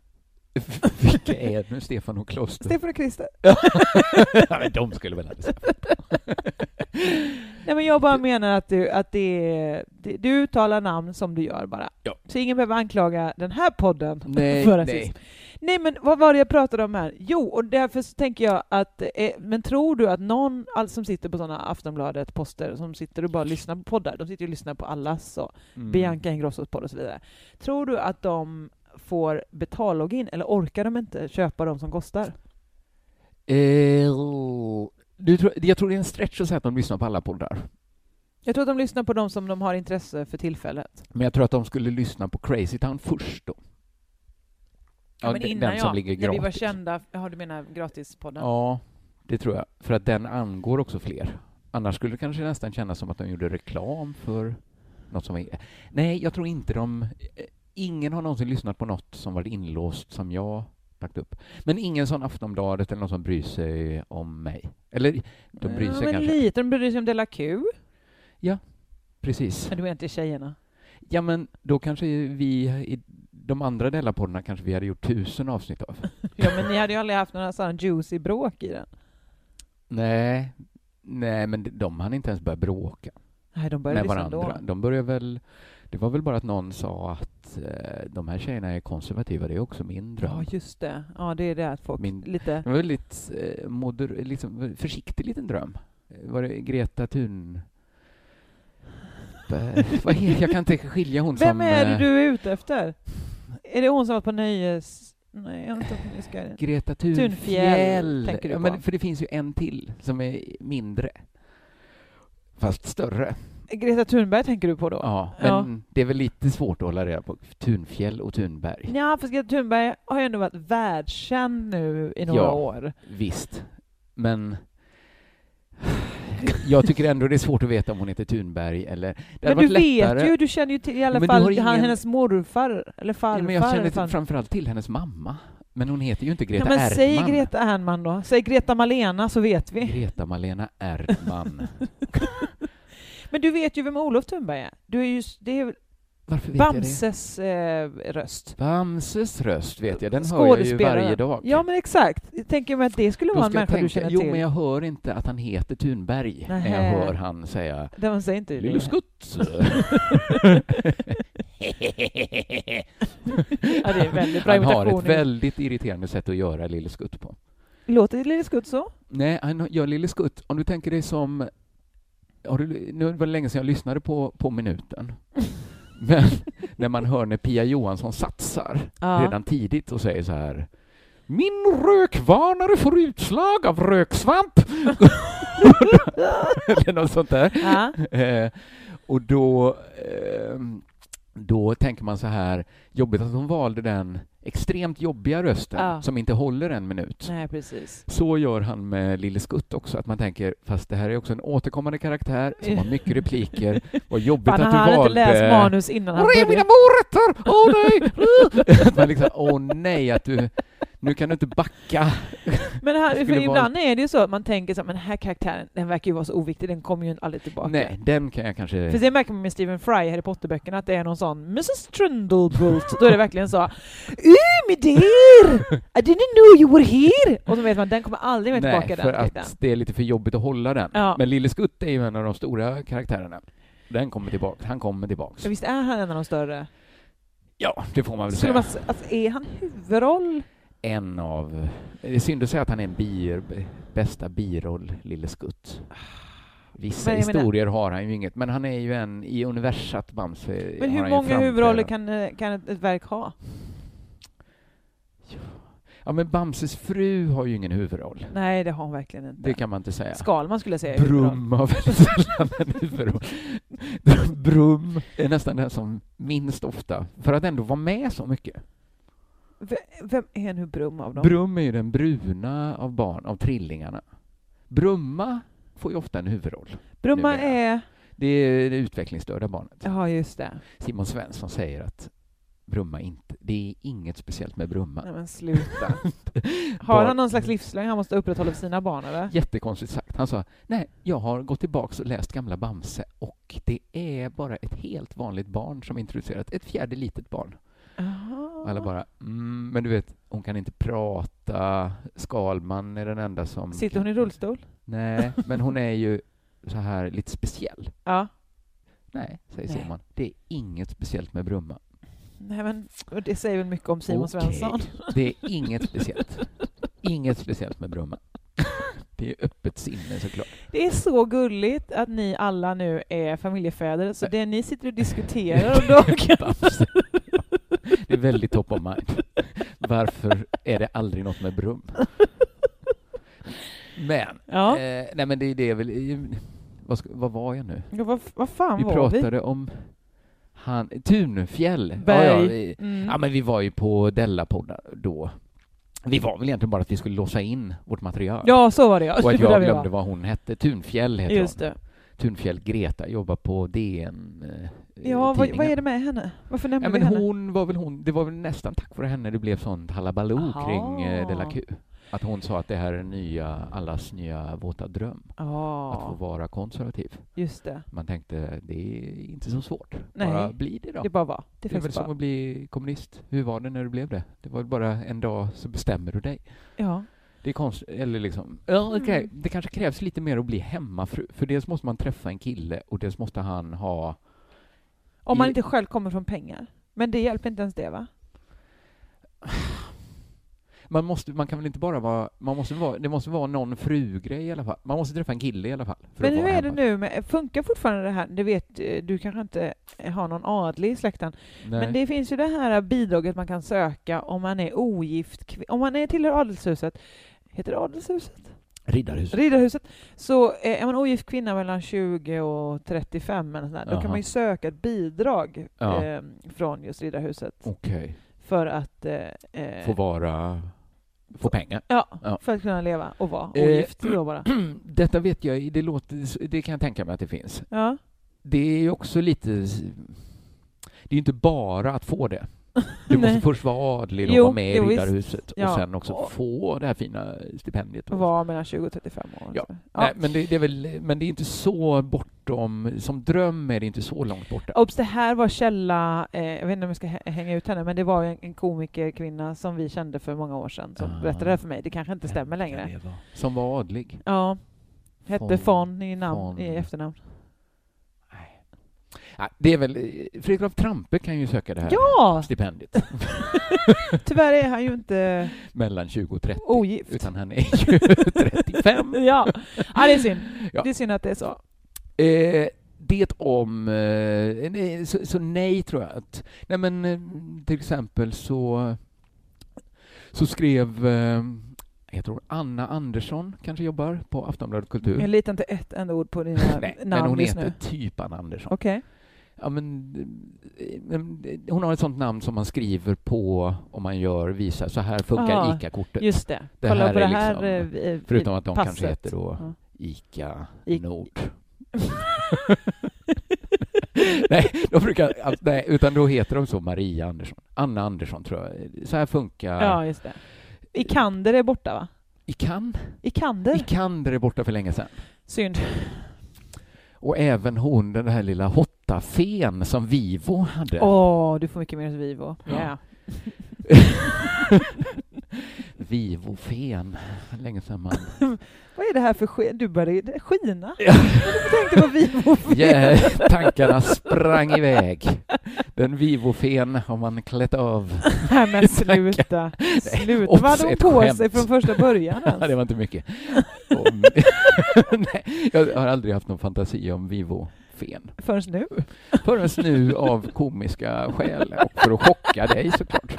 Speaker 2: Vilka är nu Stefan och Kloster?
Speaker 3: Stefan och Christer.
Speaker 2: Ja, men De skulle väl aldrig säga.
Speaker 3: Nej, men jag bara menar att du, att det, är- det, du uttalar namn som du gör bara.
Speaker 2: Ja.
Speaker 3: Så ingen behöver anklaga den här podden
Speaker 2: Nej,
Speaker 3: för
Speaker 2: nej.
Speaker 3: rasism. Nej, men vad var det jag pratade om här? Jo, och därför så tänker jag att, eh, men tror du att någon all, som sitter på sådana Aftonbladet-poster, som sitter och bara lyssnar på poddar, de sitter ju och lyssnar på alla så,
Speaker 2: Mm.
Speaker 3: Bianca Ingrossos podd och så vidare. Tror du att de får betallogin, eller orkar de inte köpa de som kostar?
Speaker 2: Eh, oh. Du tror, jag tror det är en stretch att säga att de lyssnar på alla poddar.
Speaker 3: Jag tror att de lyssnar på de som de har intresse för tillfället.
Speaker 2: Men jag tror att de skulle lyssna på Crazy Town först då. den- den som ligger
Speaker 3: när vi var
Speaker 2: gratis.
Speaker 3: kända, ja du menar gratispodden?
Speaker 2: Ja, det tror jag. För att den angår också fler. Annars skulle det kanske nästan kännas som att de gjorde reklam för något som var... Nej, jag tror inte de... eh, Ingen har någonsin lyssnat på något som varit inlåst som jag lagt upp. Men ingen sån Aftonbladet eller någon som bryr sig om mig. Eller de bryr sig
Speaker 3: ja, men
Speaker 2: kanske.
Speaker 3: lite, de bryr sig om Della Q.
Speaker 2: Precis.
Speaker 3: Men du menar inte tjejerna?
Speaker 2: Ja, men då kanske vi i de andra Della-poddarna kanske vi hade gjort tusen avsnitt av.
Speaker 3: Ja men ni hade ju aldrig haft några sådana juicy bråk i den.
Speaker 2: Nej, nej men de- de hann inte ens börja bråka
Speaker 3: Nej de började
Speaker 2: med
Speaker 3: lyssna
Speaker 2: varandra.
Speaker 3: liksom då.
Speaker 2: De började väl... Det var väl bara att någon sa att eh, de här tjejerna är konservativa, det är också min
Speaker 3: Ja
Speaker 2: dröm.
Speaker 3: just det, ja det är det att folk
Speaker 2: Min-
Speaker 3: lite...
Speaker 2: Det var en väldigt eh, moder, liksom, försiktig liten dröm. Eh, Var det Greta Thun... Bär- Vad he- jag kan inte skilja hon som...
Speaker 3: Vem är det
Speaker 2: eh,
Speaker 3: du är ute efter? Är det hon som var på nöjes... Nej jag har inte varit på Nöjesguiden.
Speaker 2: Greta
Speaker 3: Thunfjäll
Speaker 2: Thunfjäll.
Speaker 3: tänker du
Speaker 2: ja,
Speaker 3: på.
Speaker 2: men, för det finns ju en till som är mindre. Fast större.
Speaker 3: Greta Thunberg tänker du på då?
Speaker 2: Ja,
Speaker 3: Ja.
Speaker 2: men det är väl lite svårt att hålla reda på Thunfjäll och Thunberg.
Speaker 3: Ja, för Greta Thunberg har ju ändå varit världskänd nu i några
Speaker 2: Ja.
Speaker 3: år.
Speaker 2: Visst, men jag tycker ändå det är svårt att veta om hon heter Thunberg eller... Det hade
Speaker 3: Men du
Speaker 2: varit
Speaker 3: vet
Speaker 2: lättare-
Speaker 3: ju, du känner ju till i alla
Speaker 2: Men du
Speaker 3: fall
Speaker 2: har
Speaker 3: han,
Speaker 2: ingen-
Speaker 3: hennes morfar, eller farfar.
Speaker 2: Ja, men jag känner
Speaker 3: fan.
Speaker 2: till, framförallt till hennes mamma. Men hon heter ju inte
Speaker 3: Ja,
Speaker 2: Greta
Speaker 3: men säg
Speaker 2: Erdman.
Speaker 3: Greta Ernman då. Säg Greta Malena så vet vi.
Speaker 2: Greta Malena Erdman.
Speaker 3: Men du vet ju vem Olof Thunberg är. Du är ju, s- det är väl
Speaker 2: Varför vet jag det?
Speaker 3: Bamses eh, röst.
Speaker 2: Bamses röst vet jag, den hör jag ju
Speaker 3: Skådespelaren.
Speaker 2: varje dag.
Speaker 3: Ja, men exakt. Jag tänker mig att det skulle
Speaker 2: Då
Speaker 3: vara en
Speaker 2: ska jag
Speaker 3: människa du
Speaker 2: tänka,
Speaker 3: känner
Speaker 2: jo
Speaker 3: till.
Speaker 2: men jag hör inte att han heter Thunberg när
Speaker 3: Nähä.
Speaker 2: jag hör han säga
Speaker 3: Det man säger inte det.
Speaker 2: Lille Skutt.
Speaker 3: Ja, det är väldigt bra
Speaker 2: han har ett
Speaker 3: imitation.
Speaker 2: väldigt irriterande sätt att göra Lille Skutt på.
Speaker 3: Låter Lille Skutt så?
Speaker 2: Nej, han gör Lille Skutt. Om du tänker dig som... Har du, nu var det länge sedan jag lyssnade på, på Minuten. Men när man hör när Pia Johansson satsar
Speaker 3: Ja.
Speaker 2: redan tidigt och säger så här min rökvarnare får utslag av röksvamp! Eller något sånt där.
Speaker 3: Ja.
Speaker 2: Eh, och då, ehm, då tänker man så här, jobbigt att hon valde den extremt jobbiga rösten
Speaker 3: Ja.
Speaker 2: som inte håller en minut.
Speaker 3: Nej, precis.
Speaker 2: Så gör han med Lille Skutt också, att man tänker fast det här är också en återkommande karaktär som har mycket repliker. Vad jobbigt
Speaker 3: Fan, han
Speaker 2: att du
Speaker 3: hade
Speaker 2: valde...
Speaker 3: inte läst manus innan han
Speaker 2: Var är mina
Speaker 3: började.
Speaker 2: morötter? Åh nej! Uh! Att man liksom, åh nej, att du... Nu kan du inte backa.
Speaker 3: Men här,
Speaker 2: skulle
Speaker 3: för
Speaker 2: vara-
Speaker 3: ibland är det ju så att man tänker så här, men den här karaktären, den verkar ju vara så oviktig, den kommer ju aldrig tillbaka.
Speaker 2: Nej, den kan jag kanske...
Speaker 3: För det märker man med Stephen Fry i Harry Potter-böckerna att det är någon sån Mrs Trundlebolt. Då är det verkligen så Uh, med där! I didn't know you were here! Och så vet man, den kommer aldrig mer tillbaka
Speaker 2: Nej,
Speaker 3: den
Speaker 2: för
Speaker 3: titeln.
Speaker 2: att det är lite för jobbigt att hålla den.
Speaker 3: Ja.
Speaker 2: Men Lille Skutt är ju en av de stora karaktärerna. Den kommer tillbaka, han kommer tillbaka.
Speaker 3: Men visst är han en av de större?
Speaker 2: Ja, det får man väl
Speaker 3: Skulle
Speaker 2: säga.
Speaker 3: man, s- alltså, är han huvudroll?
Speaker 2: En av... Det är synd att säga att han är en bi, bästa biroll, Lille Skutt. Vissa
Speaker 3: Men jag menar-
Speaker 2: historier har han ju inget, men han är ju en i universat Bamse.
Speaker 3: Men
Speaker 2: har
Speaker 3: hur
Speaker 2: han ju
Speaker 3: många
Speaker 2: framträdande.
Speaker 3: huvudroller kan, eh, kan ett, ett verk ha?
Speaker 2: Ja, men Bamses fru har ju ingen huvudroll.
Speaker 3: Nej, det har han verkligen inte.
Speaker 2: Det kan man inte säga.
Speaker 3: Skalman skulle jag säga är huvudroll.
Speaker 2: Brum har väldigt sällan en huvudroll. Brum är nästan den som minst ofta, för att ändå vara med så mycket.
Speaker 3: V- Vem är nu Brum av dem?
Speaker 2: Brum är ju den bruna av barn, av trillingarna. Brumma får ju ofta en huvudroll.
Speaker 3: Brumma
Speaker 2: numera.
Speaker 3: är...
Speaker 2: Det är det utvecklingsstörda barnet.
Speaker 3: Ja, just det.
Speaker 2: Simon Svensson säger att Brumma inte, det är inget speciellt med Brumma.
Speaker 3: Nej, men sluta. Har han någon slags livslögn han måste upprätthålla för sina barn, eller?
Speaker 2: Jättekonstigt sagt. Han sa, nej, jag har gått tillbaks och läst gamla Bamse och det är bara ett helt vanligt barn som introducerat, ett fjärde litet barn. Och alla
Speaker 3: Aha.
Speaker 2: bara, mm, men du vet, hon kan inte prata, Skalman är den enda som...
Speaker 3: Sitter hon i rullstol?
Speaker 2: Nej, men hon är ju så här lite speciell.
Speaker 3: Ja.
Speaker 2: Nej, säger
Speaker 3: Nej.
Speaker 2: Simon, det är inget speciellt med Brumma.
Speaker 3: Nej, men och det säger väl mycket om Simon
Speaker 2: Okej.
Speaker 3: Svensson.
Speaker 2: Det är inget speciellt. Inget speciellt med Bromma. Det är öppet sinne såklart.
Speaker 3: Det är så gulligt att ni alla nu är familjefäder, så det ni sitter och diskuterar om dagen.
Speaker 2: Bamse. Det är väldigt top of mind. Varför är det aldrig något med Brum? Men,
Speaker 3: Ja.
Speaker 2: eh, nej men det är det väl... i- Vad, ska, vad var jag nu?
Speaker 3: Ja, vad, vad fan
Speaker 2: Vi
Speaker 3: var vi?
Speaker 2: pratade om han, Tunfjäll. Ja, ja,
Speaker 3: Berg.
Speaker 2: vi,
Speaker 3: Mm.
Speaker 2: ja, men vi var ju på Della-podden då. Vi var väl egentligen bara att vi skulle låsa in vårt material.
Speaker 3: Ja, så var det ja.
Speaker 2: Och att
Speaker 3: Det var där
Speaker 2: jag
Speaker 3: vi
Speaker 2: glömde
Speaker 3: var.
Speaker 2: vad hon hette. Tunfjäll heter
Speaker 3: Just
Speaker 2: hon.
Speaker 3: det.
Speaker 2: Tunfjäll Greta jobbar på DN. eh,
Speaker 3: Ja, vad, vad
Speaker 2: tidningen.
Speaker 3: är det med henne? Varför
Speaker 2: Ja,
Speaker 3: nämner vi
Speaker 2: men
Speaker 3: henne?
Speaker 2: hon var väl hon, det var väl nästan tack vare henne det blev sånt halabaloo
Speaker 3: Aha.
Speaker 2: kring eh, Della Q. Att hon sa att det här är nya, allas nya våta dröm, att
Speaker 3: Ja,
Speaker 2: få vara konservativ.
Speaker 3: just det.
Speaker 2: Man tänkte, det är inte så svårt.
Speaker 3: Nej.
Speaker 2: Bara bli det då.
Speaker 3: Det bara var. Det
Speaker 2: Det är väl
Speaker 3: finns
Speaker 2: som
Speaker 3: bara.
Speaker 2: att bli kommunist. Hur var det när du blev det? Det var väl bara en dag så bestämmer du dig.
Speaker 3: Ja.
Speaker 2: Det är konstigt, eller liksom, ja,
Speaker 3: Mm.
Speaker 2: okej, det kanske krävs lite mer att bli hemmafru. För dels måste man träffa en kille och dels måste han ha
Speaker 3: Om man
Speaker 2: I-
Speaker 3: inte själv kommer från pengar. Men det hjälper inte ens det, va?
Speaker 2: Man, måste, man kan väl inte bara vara... Man måste vara det måste vara någon frugrej i alla fall. Man måste träffa en kille i alla fall. för
Speaker 3: Men
Speaker 2: att
Speaker 3: hur
Speaker 2: vara
Speaker 3: är det
Speaker 2: hemma.
Speaker 3: nu med, funkar fortfarande det här, det vet eh, du kanske inte har någon adlig i släkten,
Speaker 2: Nej.
Speaker 3: men det finns ju det här bidraget man kan söka om man är ogift, kvin- om man är tillhör adelshuset, heter det adelshuset?
Speaker 2: Riddarhus.
Speaker 3: Riddarhuset. Så eh, är man ogift kvinna mellan 20 och 35 eller sådär, då
Speaker 2: Jaha.
Speaker 3: kan man ju söka ett bidrag
Speaker 2: Ja.
Speaker 3: eh, från just Riddarhuset
Speaker 2: Okej.
Speaker 3: för att eh, eh,
Speaker 2: Få vara... få pengar.
Speaker 3: Ja,
Speaker 2: Ja.
Speaker 3: för att kunna leva och vara
Speaker 2: Eh.
Speaker 3: ogift då bara.
Speaker 2: Detta vet jag, det, låter, det kan jag tänka mig att det finns.
Speaker 3: Ja.
Speaker 2: Det är ju också lite... Det är ju inte bara att få det. Du måste
Speaker 3: Nej.
Speaker 2: först vara adlig och
Speaker 3: Jo,
Speaker 2: vara med i
Speaker 3: jo, visst.
Speaker 2: Riddarhuset och
Speaker 3: Ja.
Speaker 2: sen också få det här fina stipendiet.
Speaker 3: Och vara mellan 20 och 35 år.
Speaker 2: Ja.
Speaker 3: Så.
Speaker 2: Nej, men, det, det är väl, men det är inte så bortom... Som dröm är det inte så långt borta.
Speaker 3: Obs, det här var källa, eh, jag vet inte om jag ska hä- hänga ut henne, men det var ju en, en komikerkvinna som vi kände för många år sedan som
Speaker 2: Ah.
Speaker 3: berättade det här för mig. Det kanske inte stämmer längre.
Speaker 2: Som var adlig.
Speaker 3: Ja. Hette
Speaker 2: Von-
Speaker 3: Fon i, namn,
Speaker 2: Von-
Speaker 3: i efternamn.
Speaker 2: Ja, det är väl... Fredrik Graf Trampe kan ju söka det här
Speaker 3: Ja!
Speaker 2: stipendiet
Speaker 3: Tyvärr är han ju inte
Speaker 2: mellan 20 och 30.
Speaker 3: ogift.
Speaker 2: Utan han är ju 35.
Speaker 3: ja. ja, det är synd.
Speaker 2: Ja.
Speaker 3: Det är synd att det är så.
Speaker 2: Eh, det om... Eh, nej, så, så nej, tror jag. Att, nej, men eh, till exempel så, så skrev... Eh, jag tror Anna Andersson kanske jobbar på Aftonbladet Kultur.
Speaker 3: Jag litar inte ett enda ord på dina
Speaker 2: Mm. nej, men
Speaker 3: namn
Speaker 2: hon
Speaker 3: just
Speaker 2: heter
Speaker 3: nu.
Speaker 2: typ Anna Andersson.
Speaker 3: Okej.
Speaker 2: Ja, men, eh, men, eh, hon har ett sånt namn som man skriver på om man gör visa. Så här funkar
Speaker 3: Ah,
Speaker 2: ICA-kortet.
Speaker 3: Just det.
Speaker 2: Det
Speaker 3: Kolla
Speaker 2: här
Speaker 3: på det
Speaker 2: är
Speaker 3: här.
Speaker 2: liksom-
Speaker 3: eh, eh,
Speaker 2: Förutom att de
Speaker 3: passet.
Speaker 2: kanske heter då
Speaker 3: Ja.
Speaker 2: ICA
Speaker 3: I-
Speaker 2: Nord. nej, de brukar, alltså, nej, utan då heter de så Maria Andersson. Anna Andersson tror jag. Så här funkar...
Speaker 3: Ja, just det. Ikander är borta, va?
Speaker 2: I Cannes?
Speaker 3: Ikander?
Speaker 2: I Cannes är borta för länge sedan.
Speaker 3: synd.
Speaker 2: Och även hon, den här lilla hottafen som Vivo hade.
Speaker 3: Åh, du får mycket mer än Vivo.
Speaker 2: Ja.
Speaker 3: Ja.
Speaker 2: Vivo-fen. Länge sedan man...
Speaker 3: Vad är det här för sken? Du började skina.
Speaker 2: Ja.
Speaker 3: Jag tänkte på Vivo.
Speaker 2: Yeah, tankarna sprang iväg. Den Vivo-fen har man klätt av.
Speaker 3: Nej men sluta. Sluta. Vad hade hon
Speaker 2: ett
Speaker 3: på
Speaker 2: skämt.
Speaker 3: sig från första början
Speaker 2: Nej, det
Speaker 3: ens?
Speaker 2: var inte mycket. Och, nej, jag har aldrig haft någon fantasi om Vivo-fen.
Speaker 3: Förrän nu.
Speaker 2: Förrän nu av komiska skäl och för att chocka dig såklart.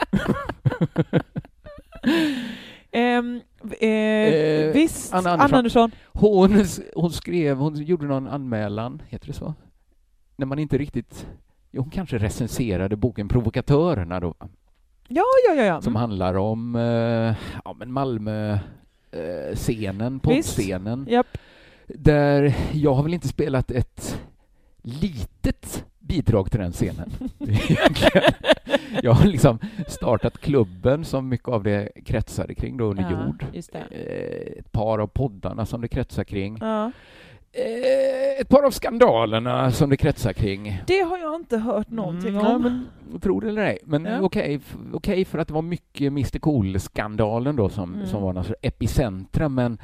Speaker 3: Ehm, eh,
Speaker 2: Eh,
Speaker 3: visst,
Speaker 2: Anna
Speaker 3: Anna
Speaker 2: Andersson.
Speaker 3: Andersson.
Speaker 2: Hon, hon skrev, hon gjorde någon anmälan, heter det så? När man inte riktigt... Jo, hon kanske recenserade boken Provokatörerna då,
Speaker 3: Ja, ja, ja. ja.
Speaker 2: som handlar om eh, ja, men Malmö eh, scenen, poddscenen.
Speaker 3: Mm. Japp.
Speaker 2: där jag har väl inte spelat ett litet bidrag till den scenen. Egentligen. jag har liksom startat klubben som mycket av det kretsade kring då under jord.
Speaker 3: Ja, just det.
Speaker 2: Eh, Ett par av poddarna som det kretsar kring.
Speaker 3: Ja.
Speaker 2: Eh, Ett par av skandalerna som det kretsar kring.
Speaker 3: Det har jag inte hört någonting
Speaker 2: Mm, ja,
Speaker 3: om.
Speaker 2: Tror det eller ej, men
Speaker 3: Ja.
Speaker 2: okej, f- okej för att det var mycket Mr Cool-skandalen då som,
Speaker 3: Mm.
Speaker 2: som var någon sorts epicentra, men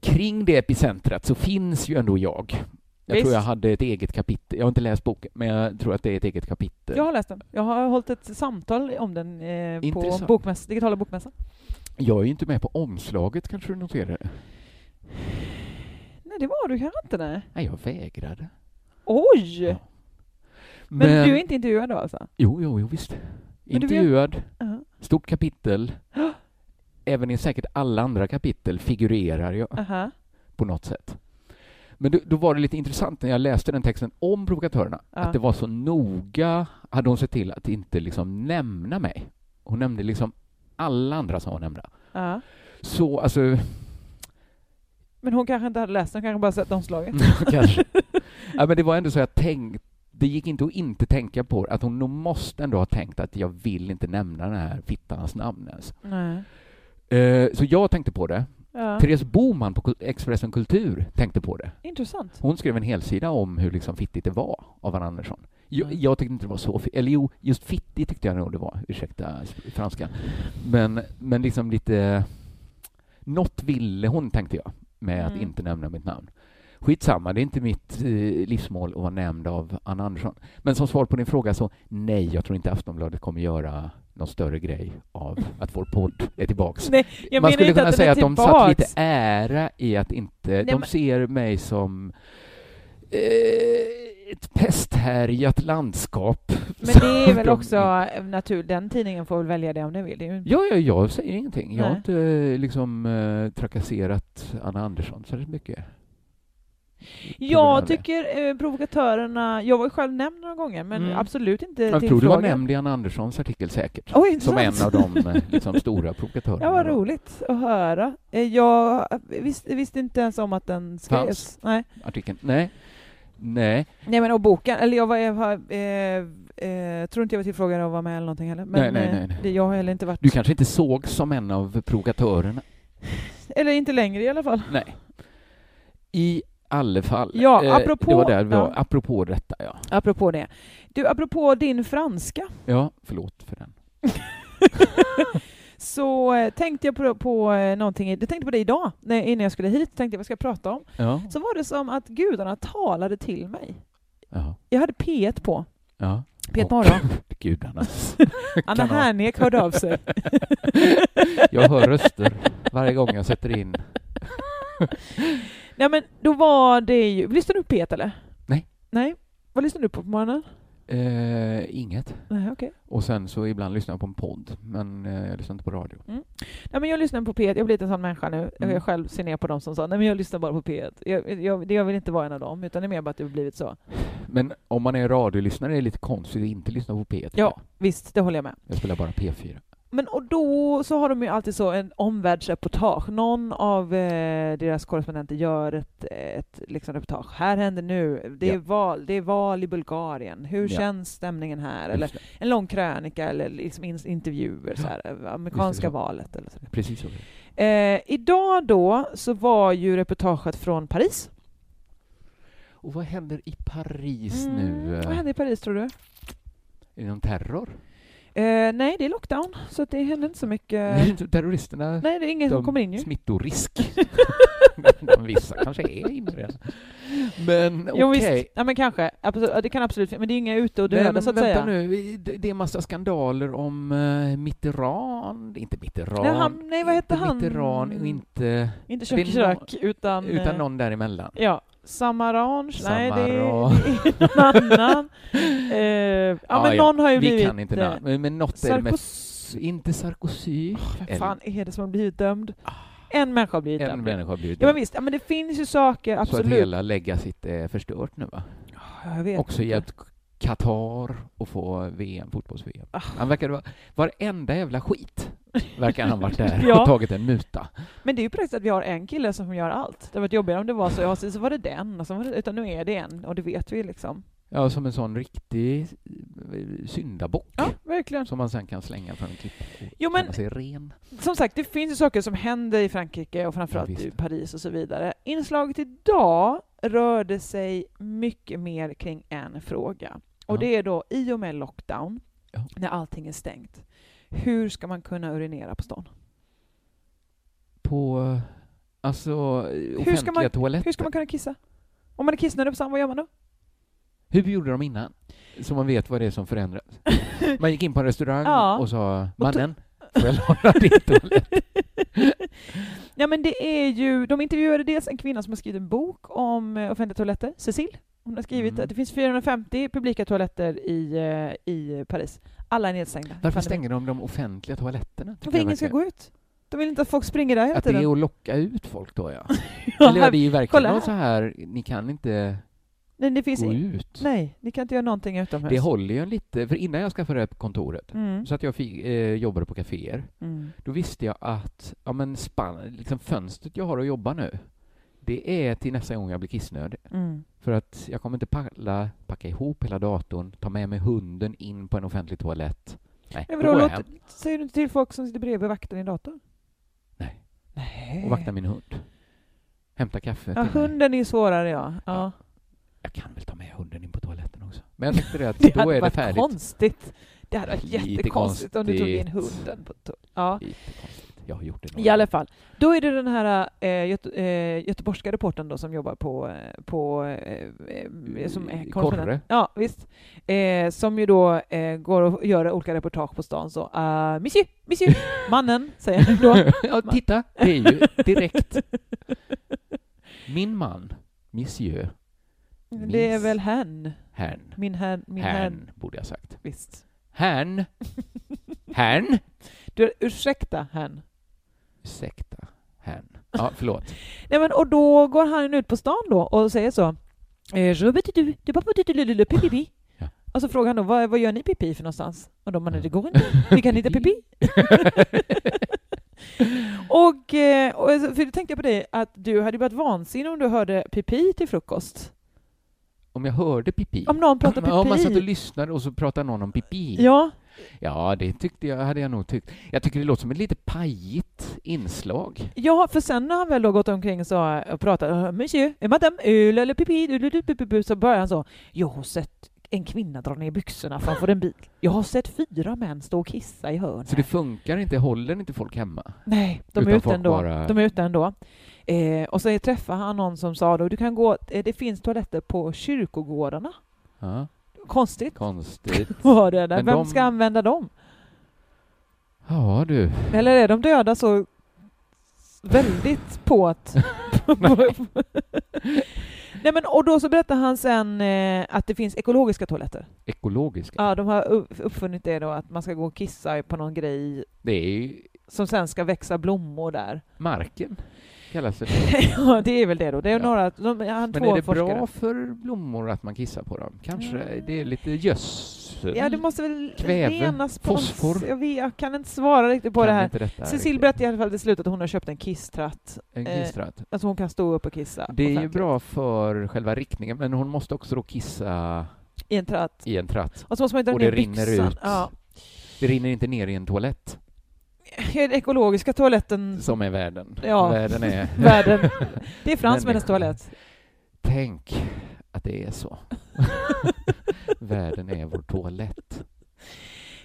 Speaker 2: kring det epicentrat så finns ju ändå jag. Jag tror
Speaker 3: Visst.
Speaker 2: jag hade ett eget kapitel, jag har inte läst boken, men jag tror att det är ett eget kapitel.
Speaker 3: Jag har läst den. Jag har hållit ett samtal om den eh, på
Speaker 2: Intressant.
Speaker 3: bokmäss- digitala bokmässan.
Speaker 2: Jag är ju inte med på omslaget kanske du noterade?
Speaker 3: Nej, det var du kanske inte. Nej.
Speaker 2: Nej, jag vägrade.
Speaker 3: Oj!
Speaker 2: Ja.
Speaker 3: Men, du är inte intervjuad då alltså?
Speaker 2: Jo, jo, jo visst.
Speaker 3: Men du vet-
Speaker 2: Intervjuad,
Speaker 3: Ja.
Speaker 2: stort kapitel. Även i säkert alla andra kapitel figurerar jag.
Speaker 3: Aha.
Speaker 2: på något sätt. Men då, då var det lite intressant när jag läste den texten om provokatörerna,
Speaker 3: Ja.
Speaker 2: att det var så noga, hade hon sett till att inte liksom nämna mig. Hon nämnde liksom alla andra som var nämnda.
Speaker 3: Ja.
Speaker 2: Så alltså,
Speaker 3: Men hon kanske inte hade läst den, hon kanske bara sett
Speaker 2: Mm.
Speaker 3: omslaget.
Speaker 2: kanske. Ja, men det var ändå så jag tänkte, det gick inte att inte tänka på att hon nog måste ändå ha tänkt att jag vill inte nämna den här fittans namn ens.
Speaker 3: Nej.
Speaker 2: Eh, så jag tänkte på det.
Speaker 3: Ja.
Speaker 2: Therese Boman på Kul- Expressen Kultur tänkte på det.
Speaker 3: Intressant.
Speaker 2: Hon skrev en helsida om hur liksom fittigt det var av Anna Andersson.
Speaker 3: Mm.
Speaker 2: Jag, jag tyckte inte det var så fi- eller jo, just fittigt tyckte jag nog det var, ursäkta sp- franskan. Men, men liksom lite... Något ville hon, tänkte jag, med att
Speaker 3: Mm.
Speaker 2: inte nämna mitt namn. Skitsamma, det är inte mitt eh, livsmål att vara nämnd av Anna Andersson. Men som svar på din fråga så nej, jag tror inte Aftonbladet kommer göra någon större grej av att vår podd är tillbaks.
Speaker 3: Nej, jag
Speaker 2: Man
Speaker 3: menar
Speaker 2: skulle
Speaker 3: inte
Speaker 2: kunna
Speaker 3: att
Speaker 2: säga att
Speaker 3: den är
Speaker 2: de satt
Speaker 3: tillbaks.
Speaker 2: lite ära i att inte... de
Speaker 3: men-
Speaker 2: ser mig som eh, ett pesthärjat landskap.
Speaker 3: Men det är
Speaker 2: som
Speaker 3: väl
Speaker 2: de-
Speaker 3: också eh, natur. Den tidningen får väl välja det om den vill. Det är ju...
Speaker 2: Ja, ja, jag säger ingenting. Jag har
Speaker 3: Nej. Eh,
Speaker 2: inte eh, liksom, eh, trakasserat Anna Andersson så mycket.
Speaker 3: Jag
Speaker 2: med.
Speaker 3: tycker eh, provokatörerna, jag var ju själv nämnd några gånger, men
Speaker 4: Mm.
Speaker 3: absolut inte
Speaker 2: Jag tror du var
Speaker 3: tillfrågad.
Speaker 2: nämnd i Anna Anderssons artikel säkert,
Speaker 3: Oj,
Speaker 2: som
Speaker 3: intressant.
Speaker 2: en av de eh, liksom, stora provokatörerna.
Speaker 3: Ja, vad roligt att höra. Eh, Jag visste, visste inte ens om att den skrevs.
Speaker 2: Fanns.
Speaker 3: Nej.
Speaker 2: Artikeln. Nej. Nej,
Speaker 3: Nej, men och boken. Eller jag var, jag var, eh, eh, tror inte jag var tillfrågad om att vara med eller någonting heller. Men
Speaker 2: Nej, nej, nej,
Speaker 3: eh,
Speaker 2: nej.
Speaker 3: det- jag har heller inte varit...
Speaker 2: du kanske inte såg som en av provokatörerna.
Speaker 3: Eller inte längre i alla fall.
Speaker 2: Nej. I alla fall.
Speaker 3: Ja,
Speaker 2: Eh,
Speaker 3: apropå-
Speaker 2: Det var där vi var.
Speaker 3: ja.
Speaker 2: Apropå detta, ja.
Speaker 3: Apropå det. Du, apropå din franska,
Speaker 2: Ja, förlåt för den.
Speaker 3: så eh, tänkte jag på, på eh, någonting, i- jag tänkte på det idag, när, innan jag skulle hit, tänkte jag vad ska jag prata om?
Speaker 2: Ja.
Speaker 3: Så var det som att gudarna talade till mig.
Speaker 2: Ja.
Speaker 3: Jag hade P1 på,
Speaker 2: ja.
Speaker 3: P1
Speaker 2: Och-
Speaker 3: Morgon.
Speaker 2: Gudarna.
Speaker 3: Anna
Speaker 2: kanal.
Speaker 3: Hernek hörde av sig.
Speaker 2: Jag hör röster varje gång jag sätter in.
Speaker 3: Nej men då var det ju, lyssnar du på P1 eller?
Speaker 2: Nej.
Speaker 3: Nej. Vad lyssnar du på på morgonen?
Speaker 2: Eh, inget.
Speaker 3: Nej, okej.
Speaker 2: Och sen så ibland lyssnar jag på en podd, men eh, jag lyssnar inte på radio.
Speaker 3: Nej, men jag lyssnar på P1, jag har blivit en sån människa nu,
Speaker 2: Mm.
Speaker 3: jag själv ser ner på dem som sa nej men jag lyssnar bara på P1. Jag, jag, jag vill inte vara en av dem, utan det är mer bara att det har blivit så.
Speaker 2: Men om man är radiolyssnare är det lite konstigt att inte lyssna på P1.
Speaker 3: Ja, visst, det håller jag med.
Speaker 2: Jag spelar bara P4.
Speaker 3: Men och då så har de ju alltid så en omvärldsreportage. Någon av eh, deras korrespondenter gör ett, ett liksom reportage. Här händer nu, det är,
Speaker 2: Ja.
Speaker 3: val, det är val i Bulgarien. Hur
Speaker 2: Ja.
Speaker 3: känns stämningen här? Eller
Speaker 2: Just det.
Speaker 3: en lång krönika eller liksom in, intervjuer, så här,
Speaker 2: Just
Speaker 3: amerikanska
Speaker 2: det, så.
Speaker 3: valet eller så.
Speaker 2: Precis så.
Speaker 3: Eh, idag då så var ju reportaget från Paris.
Speaker 2: Och vad händer i Paris nu?
Speaker 3: Mm,
Speaker 2: eh.
Speaker 3: Vad hände i Paris tror du?
Speaker 2: Är det någon terror?
Speaker 3: Eh, nej, det är lockdown, så att det händer inte så mycket.
Speaker 2: Terroristerna?
Speaker 3: Eh. nej, det är ingen som kommer in ju.
Speaker 2: Smittorisk. De Vissa kanske är inne i det. Men okej.
Speaker 3: Jo visst, ja, men kanske. Absolut. Ja, Det kan absolut finnas, men det är inga ute och
Speaker 2: Nej,
Speaker 3: döda
Speaker 2: men
Speaker 3: så att
Speaker 2: vänta
Speaker 3: säga.
Speaker 2: nu, vi- det det är massa skandaler om eh, Mitterrand, inte Mitterrand,
Speaker 3: Nej, han- nej, vad hette
Speaker 2: inte
Speaker 3: han?
Speaker 2: Mitterrand och inte,
Speaker 3: Inte
Speaker 2: Det är nå-
Speaker 3: kökkrök, utan...
Speaker 2: utan
Speaker 3: eh,
Speaker 2: någon däremellan.
Speaker 3: Ja, Samarange, nej det är
Speaker 2: Samarange.
Speaker 3: någon annan. Eh, ja,
Speaker 2: Ja,
Speaker 3: men
Speaker 2: ja,
Speaker 3: någon har ju
Speaker 2: Vi
Speaker 3: blivit...
Speaker 2: kan inte
Speaker 3: eh,
Speaker 2: namn, men, men något är det med,
Speaker 3: Sarkozy.
Speaker 2: inte Sarkozy.
Speaker 3: Vem fan är det som har blivit dömd? En människa har blivit
Speaker 2: Ah. En, en
Speaker 3: dömd.
Speaker 2: människa har blivit
Speaker 3: Ja men
Speaker 2: dömd.
Speaker 3: visst, ja, men det finns ju saker,
Speaker 2: Så att
Speaker 3: absolut.
Speaker 2: hela legacyt är förstört nu va?
Speaker 3: Ja, jag vet
Speaker 2: Också
Speaker 3: inte.
Speaker 2: hjälpt Qatar att få VM, fotbolls-VM.
Speaker 3: Ah.
Speaker 2: Han verkar vara, varenda jävla skit verkar han varit där
Speaker 3: Ja.
Speaker 2: och tagit en muta.
Speaker 3: Men det är ju praktiskt att vi har en kille som gör allt. Det hade varit jobbigare om det var så, ja, så så var det den, och så var det, utan nu är det en, och det vet vi liksom.
Speaker 2: Ja, som en sån riktig eh, syndabock.
Speaker 3: Ja, verkligen.
Speaker 2: Som man sen kan slänga från en klippa och
Speaker 3: Jo, men-
Speaker 2: känna sig ren.
Speaker 3: Som sagt, det finns ju saker som händer i Frankrike och framförallt
Speaker 2: Ja, visst.
Speaker 3: i Paris och så vidare. Inslaget idag rörde sig mycket mer kring en fråga. Och
Speaker 2: Ja.
Speaker 3: det är då i och med lockdown,
Speaker 2: Ja.
Speaker 3: när allting är stängt, hur ska man kunna urinera på stan?
Speaker 2: På eh, alltså, hur
Speaker 3: ska
Speaker 2: offentliga
Speaker 3: man-
Speaker 2: toaletter.
Speaker 3: Hur ska man kunna kissa? Om man är kissnödig på stan, vad gör man då?
Speaker 2: Hur gjorde de innan? Så man vet vad det är som förändras. Man gick in på en restaurang
Speaker 3: Ja.
Speaker 2: och sa
Speaker 3: to-
Speaker 2: ”Mannen, får jag låna din toalett?”
Speaker 3: Ja, men det är ju, de intervjuade dels en kvinna som har skrivit en bok om eh, offentliga toaletter, Cecil. Hon har skrivit
Speaker 2: Mm.
Speaker 3: att det finns 450 publika toaletter i, eh, i Paris. Alla är nedstängda.
Speaker 2: Varför
Speaker 3: Pandemin.
Speaker 2: stänger de de offentliga toaletterna? tycker
Speaker 3: För
Speaker 2: jag
Speaker 3: ingen ska
Speaker 2: verkar-
Speaker 3: gå ut. De vill inte att folk springer där hela
Speaker 2: Att det
Speaker 3: tiden.
Speaker 2: är att locka ut folk då, ja.
Speaker 3: Ja,
Speaker 2: Eller är det är ju verkligen
Speaker 3: kolla här.
Speaker 2: något så här, ni kan inte
Speaker 3: Nej, det finns
Speaker 2: gå
Speaker 3: in...
Speaker 2: ut.
Speaker 3: Nej, ni kan inte göra någonting utomhus.
Speaker 2: Mm. Det håller ju en lite, för innan jag skaffade det här kontoret
Speaker 3: Mm.
Speaker 2: så att jag fick, eh, jobbade på kaféer,
Speaker 3: Mm.
Speaker 2: då visste jag att ja, men span, liksom fönstret jag har att jobba nu, det är till nästa gång jag blir kissnödig.
Speaker 3: Mm.
Speaker 2: För att jag kommer inte palla, packa ihop hela datorn, ta med mig hunden in på en offentlig toalett. Nej,
Speaker 3: Men
Speaker 2: då går
Speaker 3: vadå,
Speaker 2: jag
Speaker 3: låt,
Speaker 2: hem
Speaker 3: säger du inte till folk som sitter bredvid vakten i datorn?
Speaker 2: Nej.
Speaker 3: Nej.
Speaker 2: och vaktar min hund. Hämta kaffe
Speaker 3: ja,
Speaker 2: till mig.
Speaker 3: hunden är ju svårare, ja. ja.
Speaker 2: Ja, Jag kan väl ta med hunden in på toaletten också. Men jag tyckte det att
Speaker 3: Det
Speaker 2: då
Speaker 3: hade
Speaker 2: är det
Speaker 3: varit
Speaker 2: färdigt.
Speaker 3: konstigt. Det hade varit
Speaker 2: Lite
Speaker 3: jättekonstigt om du tog in
Speaker 2: konstigt.
Speaker 3: hunden på to- Ja.
Speaker 2: Lite konstigt. Jag har gjort det några
Speaker 3: I alla fall. Då är det den här eh, Göte eh, göteborgska reportern då som jobbar på, eh, på eh, eh, som är
Speaker 2: Korre.
Speaker 3: korrespondent. Ja, visst. Eh, som ju då eh, går och gör olika reportage på stan så uh, Monsieur, monsieur, mannen, säger han då.
Speaker 2: ja, titta, det är ju direkt. Min man, Monsieur
Speaker 3: Det är
Speaker 2: Miss.
Speaker 3: väl hen,
Speaker 2: Hern.
Speaker 3: min hen, min hen.
Speaker 2: Hern, borde jag sagt.
Speaker 3: Visst.
Speaker 2: Hern. Hern.
Speaker 3: Du, ursäkta hen.
Speaker 2: Ursäkta, Hern. Ja, förlåt.
Speaker 3: Nej, men, och då går han ut på stan då och säger så. eh, "Je vet du, du bara putter du lille pipi."
Speaker 2: Ja.
Speaker 3: Och så frågar han då, vad, vad gör ni pipi för någonstans? Och de bara, "Nej, det går inte, vi kan inte pipi. och, eh, och så- för då tänkte jag på dig att du hade varit vansinnig om du hörde pipi till frukost.
Speaker 2: Om jag hörde pipi.
Speaker 3: Om någon pratar
Speaker 2: Ja, Om man satt och
Speaker 3: pipi.
Speaker 2: lyssnade och så pratade någon om pipi.
Speaker 3: Ja,
Speaker 2: Ja, det tyckte jag, hade jag nog tyckt. Jag tycker det låter som ett lite pajigt inslag.
Speaker 3: ja, för sen när han väl då gått omkring och, sa, och pratat, "Ah, monsieur, eh, madame, öl eller pipi, du, du, du, du, du, du", så börjar han så, jag har sett en kvinna dra ner byxorna framför en bil. Jag har sett fyra män stå och kissa i hörn.
Speaker 2: Så det funkar inte, håller inte folk hemma?
Speaker 3: Nej, de
Speaker 2: Utan
Speaker 3: är ute
Speaker 2: folk
Speaker 3: ändå.
Speaker 2: bara-
Speaker 3: De är ute ändå. Eh, och så träffade han någon som sa då, du kan gå, eh, det finns toaletter på kyrkogårdarna.
Speaker 2: Ja,
Speaker 3: Konstigt
Speaker 2: konstigt.
Speaker 3: var det. Där.
Speaker 2: Men
Speaker 3: Vem
Speaker 2: de-
Speaker 3: ska använda dem?
Speaker 2: Ja, du.
Speaker 3: Eller är de döda så väldigt på att... Nej men och då så berättar han sen eh, att det finns ekologiska toaletter.
Speaker 2: Ekologiska.
Speaker 3: Ja, de har upp- uppfunnit det då att man ska gå och kissa på någon grej
Speaker 2: Det är ju
Speaker 3: som sen ska växa blommor där.
Speaker 2: marken, kallas det.
Speaker 3: ja, det är väl det då. Det är
Speaker 2: Ja.
Speaker 3: några, de, han
Speaker 2: Men
Speaker 3: två
Speaker 2: är det
Speaker 3: forskare. Mm.
Speaker 2: bra för blommor att man kissar på dem? Kanske det är lite gödsel?
Speaker 3: Ja, det måste väl
Speaker 2: Kväve,
Speaker 3: renas på något
Speaker 2: fosfor.
Speaker 3: s- Jag, vet, jag kan inte svara riktigt på
Speaker 2: Kan
Speaker 3: det här.
Speaker 2: inte detta
Speaker 3: Cecil
Speaker 2: riktigt.
Speaker 3: berättade i alla fall till slut att hon har köpt en kisstratt.
Speaker 2: En
Speaker 3: eh,
Speaker 2: kissdratt.
Speaker 3: Alltså hon kan stå upp och kissa.
Speaker 2: Det är ju
Speaker 3: offentligt.
Speaker 2: bra för själva riktningen, men hon måste också då kissa
Speaker 3: I en tratt.
Speaker 2: i en tratt.
Speaker 3: Och så måste man ju dra
Speaker 2: Och det
Speaker 3: ner
Speaker 2: rinner
Speaker 3: byxan.
Speaker 2: ut.
Speaker 3: Ja.
Speaker 2: Det rinner inte ner i en toalett,
Speaker 3: I den ekologiska toaletten,
Speaker 2: som är världen.
Speaker 3: Mm. Ja.
Speaker 2: Världen är...
Speaker 3: världen. Det är fransmännens
Speaker 2: Människan.
Speaker 3: toalett.
Speaker 2: Tänk att det är så. världen är vår toalett.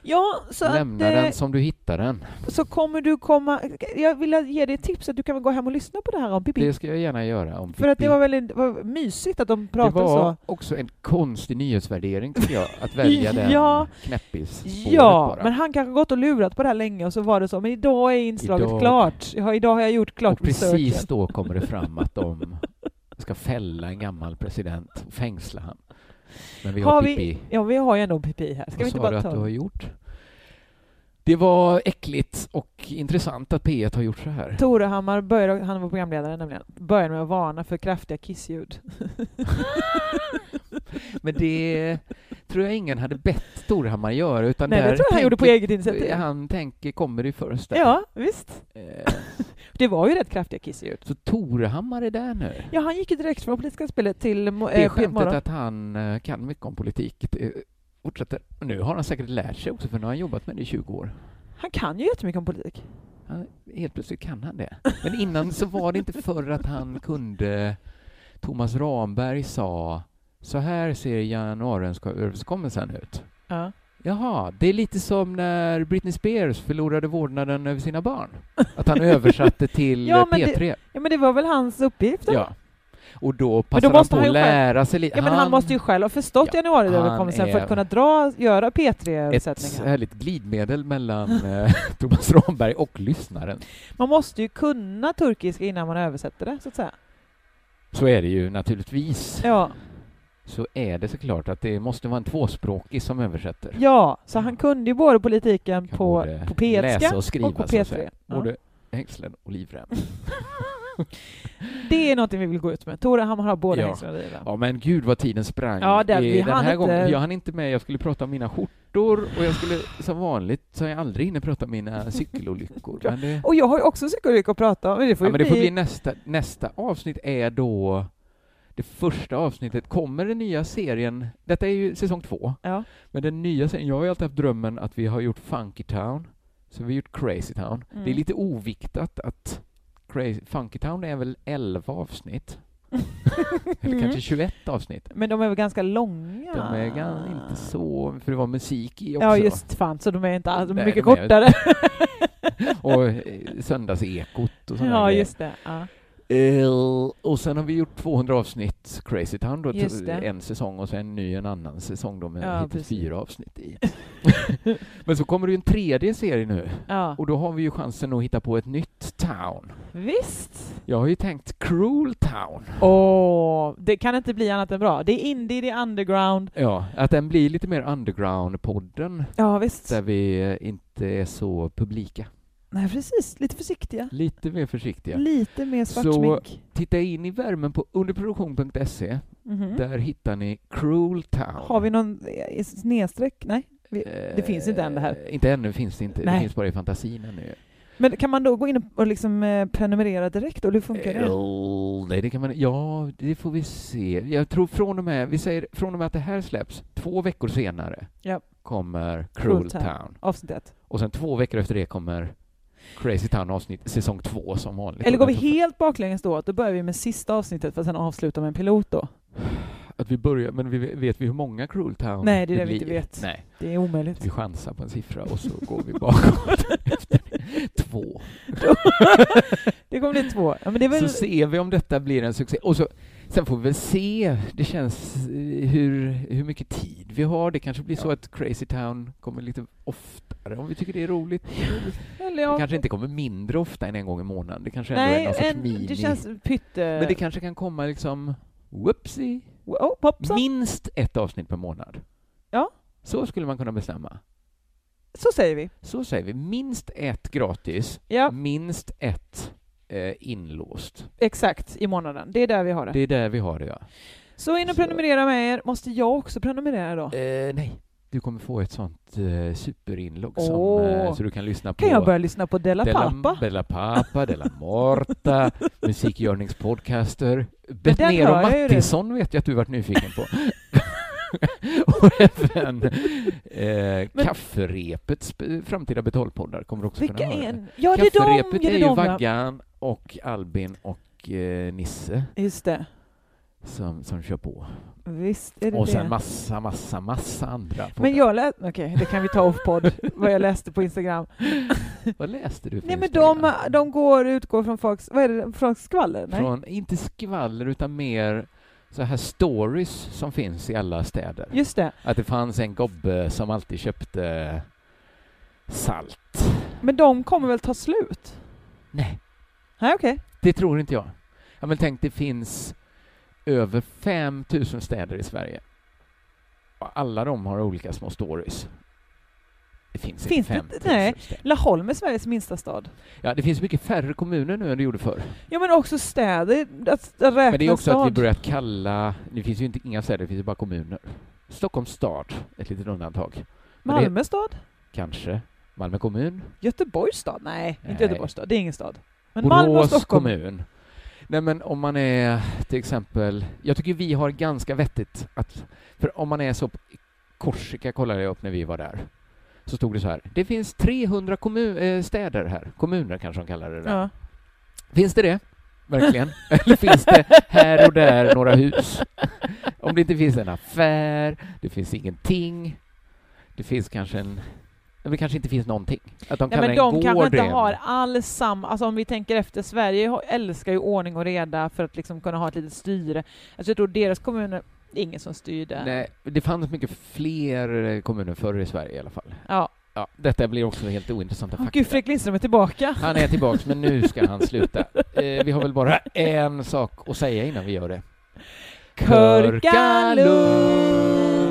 Speaker 3: Ja, så, att,
Speaker 2: Lämna
Speaker 3: eh,
Speaker 2: den som du hittar den.
Speaker 3: så kommer du komma... Jag vill ge dig ett tips att du kan väl gå hem och lyssna på det här om Pippi.
Speaker 2: Det ska jag gärna göra. Om
Speaker 3: För att
Speaker 2: Pippi.
Speaker 3: det var väldigt var mysigt att de
Speaker 2: det
Speaker 3: pratade
Speaker 2: var
Speaker 3: så.
Speaker 2: också en konstig nyhetsvärdering, tycker jag, att välja den
Speaker 3: Ja.
Speaker 2: knäppis
Speaker 3: Ja,
Speaker 2: bara.
Speaker 3: men han kanske gått och lurat på det här länge och så var det så, men idag är inslaget
Speaker 2: Idag-
Speaker 3: klart. Ja, idag har jag gjort klart
Speaker 2: Och precis
Speaker 3: researchen.
Speaker 2: då kommer det fram att de ska fälla en gammal president och fängsla han. Men vi har,
Speaker 3: Har vi-
Speaker 2: Pippi.
Speaker 3: Ja, vi har ju ändå en pipi här. Ska vi
Speaker 2: Vad
Speaker 3: inte
Speaker 2: sa du
Speaker 3: bara
Speaker 2: att
Speaker 3: ta
Speaker 2: du har
Speaker 3: den?
Speaker 2: gjort? Det var äckligt och intressant att P1 har gjort så här.
Speaker 3: Torehammar började, han var programledare nämligen, började med att varna för kraftiga kissljud.
Speaker 2: Men det tror jag ingen hade bett Torhammar göra. Utan
Speaker 3: Nej,
Speaker 2: där
Speaker 3: det tror jag han gjorde på
Speaker 2: tänker-
Speaker 3: eget initiativ.
Speaker 2: Han tänker, kommer det först? där.
Speaker 3: Ja, visst.
Speaker 2: Eh,
Speaker 3: Det var ju rätt kraftiga kissljud.
Speaker 2: Så Torhammar är där nu.
Speaker 3: Ja, han gick ju direkt från politiska spelet till mo-
Speaker 2: Det är
Speaker 3: eh,
Speaker 2: skämtet
Speaker 3: morgon.
Speaker 2: att han eh, kan mycket om politik. Det Fortsätter. Nu har han säkert lärt sig också, för nu har han jobbat med det i 20 år.
Speaker 3: Han kan ju jättemycket om politik.
Speaker 2: Han, helt plötsligt kan han det. Men innan så var det inte förr att han kunde... Thomas Ramberg sa så här ser januariöverenskommelsen ut.
Speaker 3: Ja.
Speaker 2: Jaha, det är lite som när Britney Spears förlorade vårdnaden över sina barn. Att han översatte till
Speaker 3: Ja,
Speaker 2: eh,
Speaker 3: men det-
Speaker 2: P3.
Speaker 3: ja, men det var väl hans uppgift? då?
Speaker 2: Ja. Och då passade han
Speaker 3: måste
Speaker 2: på
Speaker 3: han
Speaker 2: att
Speaker 3: ju själv-
Speaker 2: lära sig lite.
Speaker 3: Ja, men han måste ju själv ha förstått
Speaker 2: Ja,
Speaker 3: januariöverenskommelsen
Speaker 2: han
Speaker 3: för
Speaker 2: är-
Speaker 3: att kunna dra, göra
Speaker 2: ett
Speaker 3: P3-översättningar.
Speaker 2: härligt glidmedel mellan eh, Thomas Ramberg och lyssnaren.
Speaker 3: Man måste ju kunna turkiska innan man översätter det, så att säga.
Speaker 2: Så är det ju naturligtvis.
Speaker 3: Ja,
Speaker 2: Så är det såklart att det måste vara en tvåspråkig som översätter.
Speaker 3: ja så han kunde ju både politiken
Speaker 2: Kan
Speaker 3: på,
Speaker 2: både
Speaker 3: på p
Speaker 2: läsa och skriva,
Speaker 3: och på
Speaker 2: så att
Speaker 3: P3.
Speaker 2: säga.
Speaker 3: Ja.
Speaker 2: Både hängslen och livrem.
Speaker 3: Det är någonting vi vill gå ut med. Tore Hammar har både
Speaker 2: Ja.
Speaker 3: hängslen och livrem.
Speaker 2: Ja men gud vad tiden sprang.
Speaker 3: Ja, den-
Speaker 2: Eh,
Speaker 3: vi
Speaker 2: den
Speaker 3: hann
Speaker 2: här
Speaker 3: inte-
Speaker 2: gången, jag hann inte med, jag skulle prata om mina skjortor och jag skulle som vanligt, så jag aldrig hinner prata om mina cykelolyckor. Men det,
Speaker 3: Och jag har ju också psykolyck att prata om, men det får
Speaker 2: ja,
Speaker 3: ju
Speaker 2: men det får
Speaker 3: bli...
Speaker 2: bli nästa, nästa avsnitt är då det första avsnittet. Kommer den nya serien, detta är ju säsong två,
Speaker 3: Ja.
Speaker 2: men den nya serien, jag har ju alltid haft drömmen att vi har gjort Funky Town, så vi har gjort Crazy Town.
Speaker 3: Mm.
Speaker 2: Det är lite oviktat att Crazy, Funky Town är väl 11 avsnitt? Eller
Speaker 3: Mm.
Speaker 2: kanske 21 avsnitt?
Speaker 3: Men de är väl ganska långa?
Speaker 2: De är gan- inte så, för det var musik i också.
Speaker 3: Ja, just fan, så de är inte alls, de är
Speaker 2: Nej,
Speaker 3: mycket
Speaker 2: de är-
Speaker 3: kortare.
Speaker 2: Och eh, söndagsekot och sådana
Speaker 3: ja,
Speaker 2: grejer.
Speaker 3: just det. Ja.
Speaker 2: Eh, Och sen har vi gjort 200 avsnitt Crazy Town då,
Speaker 3: Just det.
Speaker 2: en säsong och sen en ny en annan säsong då med
Speaker 3: Ja,
Speaker 2: hittills
Speaker 3: precis.
Speaker 2: fyra avsnitt i. Men så kommer det ju en tredje serie nu
Speaker 3: ja.
Speaker 2: och då har vi ju chansen att hitta på ett nytt town.
Speaker 3: Visst!
Speaker 2: Jag har ju tänkt Cruel Town.
Speaker 3: Åh, det kan inte bli annat än bra. Det är indie, det är underground.
Speaker 2: Ja, att den blir lite mer underground-podden
Speaker 3: Ja, visst.
Speaker 2: där vi inte är så publika.
Speaker 3: Nej, precis. Lite försiktiga.
Speaker 2: Lite mer försiktiga.
Speaker 3: Lite mer
Speaker 2: Så-
Speaker 3: svartsmink.
Speaker 2: Titta in i värmen på underproduktion.se.
Speaker 3: Mhm.
Speaker 2: Där hittar ni Cruel Town.
Speaker 3: Har vi någon eh, snedstreck? Nej. Vi, det finns inte än det här.
Speaker 2: Eh, Inte ännu finns det inte. Det
Speaker 3: Nej.
Speaker 2: finns bara i fantasin ännu.
Speaker 3: Men kan man då gå in och- och liksom eh, prenumerera direkt? Och hur funkar
Speaker 2: Eh,
Speaker 3: det?
Speaker 2: Nej, det kan man... Ja, det får vi se. Jag tror från och med... Vi säger från och med att det här släpps, två veckor senare
Speaker 3: Ja.
Speaker 2: kommer
Speaker 3: Cruel
Speaker 2: Cruel
Speaker 3: Town.
Speaker 2: Town.
Speaker 3: Avsnitt ett.
Speaker 2: Och sen två veckor efter det kommer Crazy Town avsnitt säsong två som vanligt.
Speaker 3: Eller går
Speaker 2: Och
Speaker 3: vi
Speaker 2: jag tror
Speaker 3: helt baklänges då? Då börjar vi med sista avsnittet för att sen avsluta med en pilot då?
Speaker 2: Att vi börjar, men vi, vet vi hur många Cruel Town
Speaker 3: Nej, det är det vi inte
Speaker 2: blir?
Speaker 3: vet.
Speaker 2: Nej,
Speaker 3: Det är omöjligt.
Speaker 2: vi chansar på en siffra och så går vi bakåt efter det. två.
Speaker 3: Det kommer bli två. Ja, men det är
Speaker 2: Så
Speaker 3: väl...
Speaker 2: ser vi om detta blir en succé. Och så, sen får vi väl se, det känns, eh, hur, hur mycket tid vi har. Det kanske blir så att Crazy Town kommer lite oftare om vi tycker det är roligt.
Speaker 3: Eller
Speaker 2: Det
Speaker 3: ja.
Speaker 2: kanske inte kommer mindre ofta än en gång i månaden. Det kanske ändå är
Speaker 3: Nej,
Speaker 2: någon sorts
Speaker 3: en,
Speaker 2: mini...
Speaker 3: det känns pytte...
Speaker 2: Men det kanske kan komma liksom, whoopsie,
Speaker 3: Oh, hoppsan.
Speaker 2: minst ett avsnitt per månad.
Speaker 3: Ja.
Speaker 2: Så skulle man kunna bestämma.
Speaker 3: Så säger vi.
Speaker 2: Så säger vi, minst ett gratis,
Speaker 3: Ja,
Speaker 2: minst ett eh, inlåst.
Speaker 3: exakt. I månaden. Det är där vi har det.
Speaker 2: Det är där vi har det, ja.
Speaker 3: Så in och
Speaker 2: Så-
Speaker 3: prenumerera med er. Måste jag också prenumerera då?
Speaker 2: Eh, nej. Du kommer få ett sånt eh, superinlogg som,
Speaker 3: Åh.
Speaker 2: eh, så du kan lyssna på
Speaker 3: Kan jag börja lyssna på Della
Speaker 2: Della-
Speaker 3: Pappa?
Speaker 2: Della Pappa, Della Morta, musikgörningspodcaster.
Speaker 3: den
Speaker 2: Betnér
Speaker 3: hör
Speaker 2: och
Speaker 3: jag ju redan.
Speaker 2: Mattisson vet jag att du varit nyfiken på. och även eh,
Speaker 3: Men-
Speaker 2: Kafferepets be- framtida betalpoddar kommer du också
Speaker 3: Vilka
Speaker 2: kunna höra.
Speaker 3: är... en- Ja, det är de!
Speaker 2: Kafferepet
Speaker 3: Ja, det
Speaker 2: är
Speaker 3: är
Speaker 2: ju
Speaker 3: de, ja.
Speaker 2: Vaggan och Albin och eh, Nisse
Speaker 3: Just det.
Speaker 2: som, som kör på.
Speaker 3: Visst är det
Speaker 2: Och
Speaker 3: det.
Speaker 2: sen massa, massa, massa andra.
Speaker 3: Men
Speaker 2: poddar.
Speaker 3: jag läste... Okej, det kan vi ta off-podd. vad jag läste på Instagram.
Speaker 2: Vad läste du för
Speaker 3: Nej men de,
Speaker 2: Instagram?
Speaker 3: de går utgår från folks, vad är det, från skvaller? Nej.
Speaker 2: Från, inte skvaller, utan mer så här stories som finns i alla städer.
Speaker 3: Just det.
Speaker 2: Att det fanns en gobbe som alltid köpte salt.
Speaker 3: Men de kommer väl ta slut?
Speaker 2: Nej,
Speaker 3: Nej okej.
Speaker 2: det tror inte jag. Ja, men tänk, det finns över 5 000 städer i Sverige. Och alla de har olika små stories. Det finns,
Speaker 3: Finns det
Speaker 2: inte 5 000
Speaker 3: inte? Nej.
Speaker 2: städer.
Speaker 3: Laholm är Sveriges minsta stad.
Speaker 2: Ja, det finns mycket färre kommuner nu än det gjorde förr.
Speaker 3: Ja men också städer, att att räkna
Speaker 2: Men det är också
Speaker 3: stad.
Speaker 2: att vi börjat kalla, det finns ju inte inga städer, det finns ju bara kommuner. Stockholms stad, ett litet undantag. Men det-
Speaker 3: Malmö stad?
Speaker 2: Kanske Malmö kommun,
Speaker 3: Göteborgs stad? Nej, inte
Speaker 2: Nej.
Speaker 3: Göteborgs stad. Det är ingen stad. Men Malmö och
Speaker 2: Borås
Speaker 3: Stockholm.
Speaker 2: kommun. Nej men om man är till exempel, jag tycker vi har ganska vettigt att, för om man är så, Korsika kollade jag upp när vi var där, så stod det så här, det finns 300 kommun, eh, städer här, kommuner kanske de kallar det där.
Speaker 3: Ja.
Speaker 2: Finns det det? Verkligen? Eller finns det här och där några hus? Om det inte finns en affär, det finns ingenting, det finns kanske en... Det kanske inte finns någonting. Att de
Speaker 3: Nej,
Speaker 2: kallar
Speaker 3: men de
Speaker 2: en
Speaker 3: kanske
Speaker 2: gård
Speaker 3: inte
Speaker 2: en-
Speaker 3: har alls samma, alltså om vi tänker efter, Sverige har- älskar ju ordning och reda för att liksom kunna ha ett litet styre. Alltså jag tror deras kommuner, det är ingen som styr där.
Speaker 2: Nej, det fanns mycket fler eh, kommuner förr i Sverige i alla fall.
Speaker 3: Ja.
Speaker 2: Ja, detta blir också helt ointressanta
Speaker 3: Åh,
Speaker 2: fakta.
Speaker 3: Gud, Fredrik Lindström är tillbaka.
Speaker 2: Han är tillbaks, men nu ska han sluta. Eh, vi har väl bara en sak att säga innan vi gör det.
Speaker 3: Körkalund!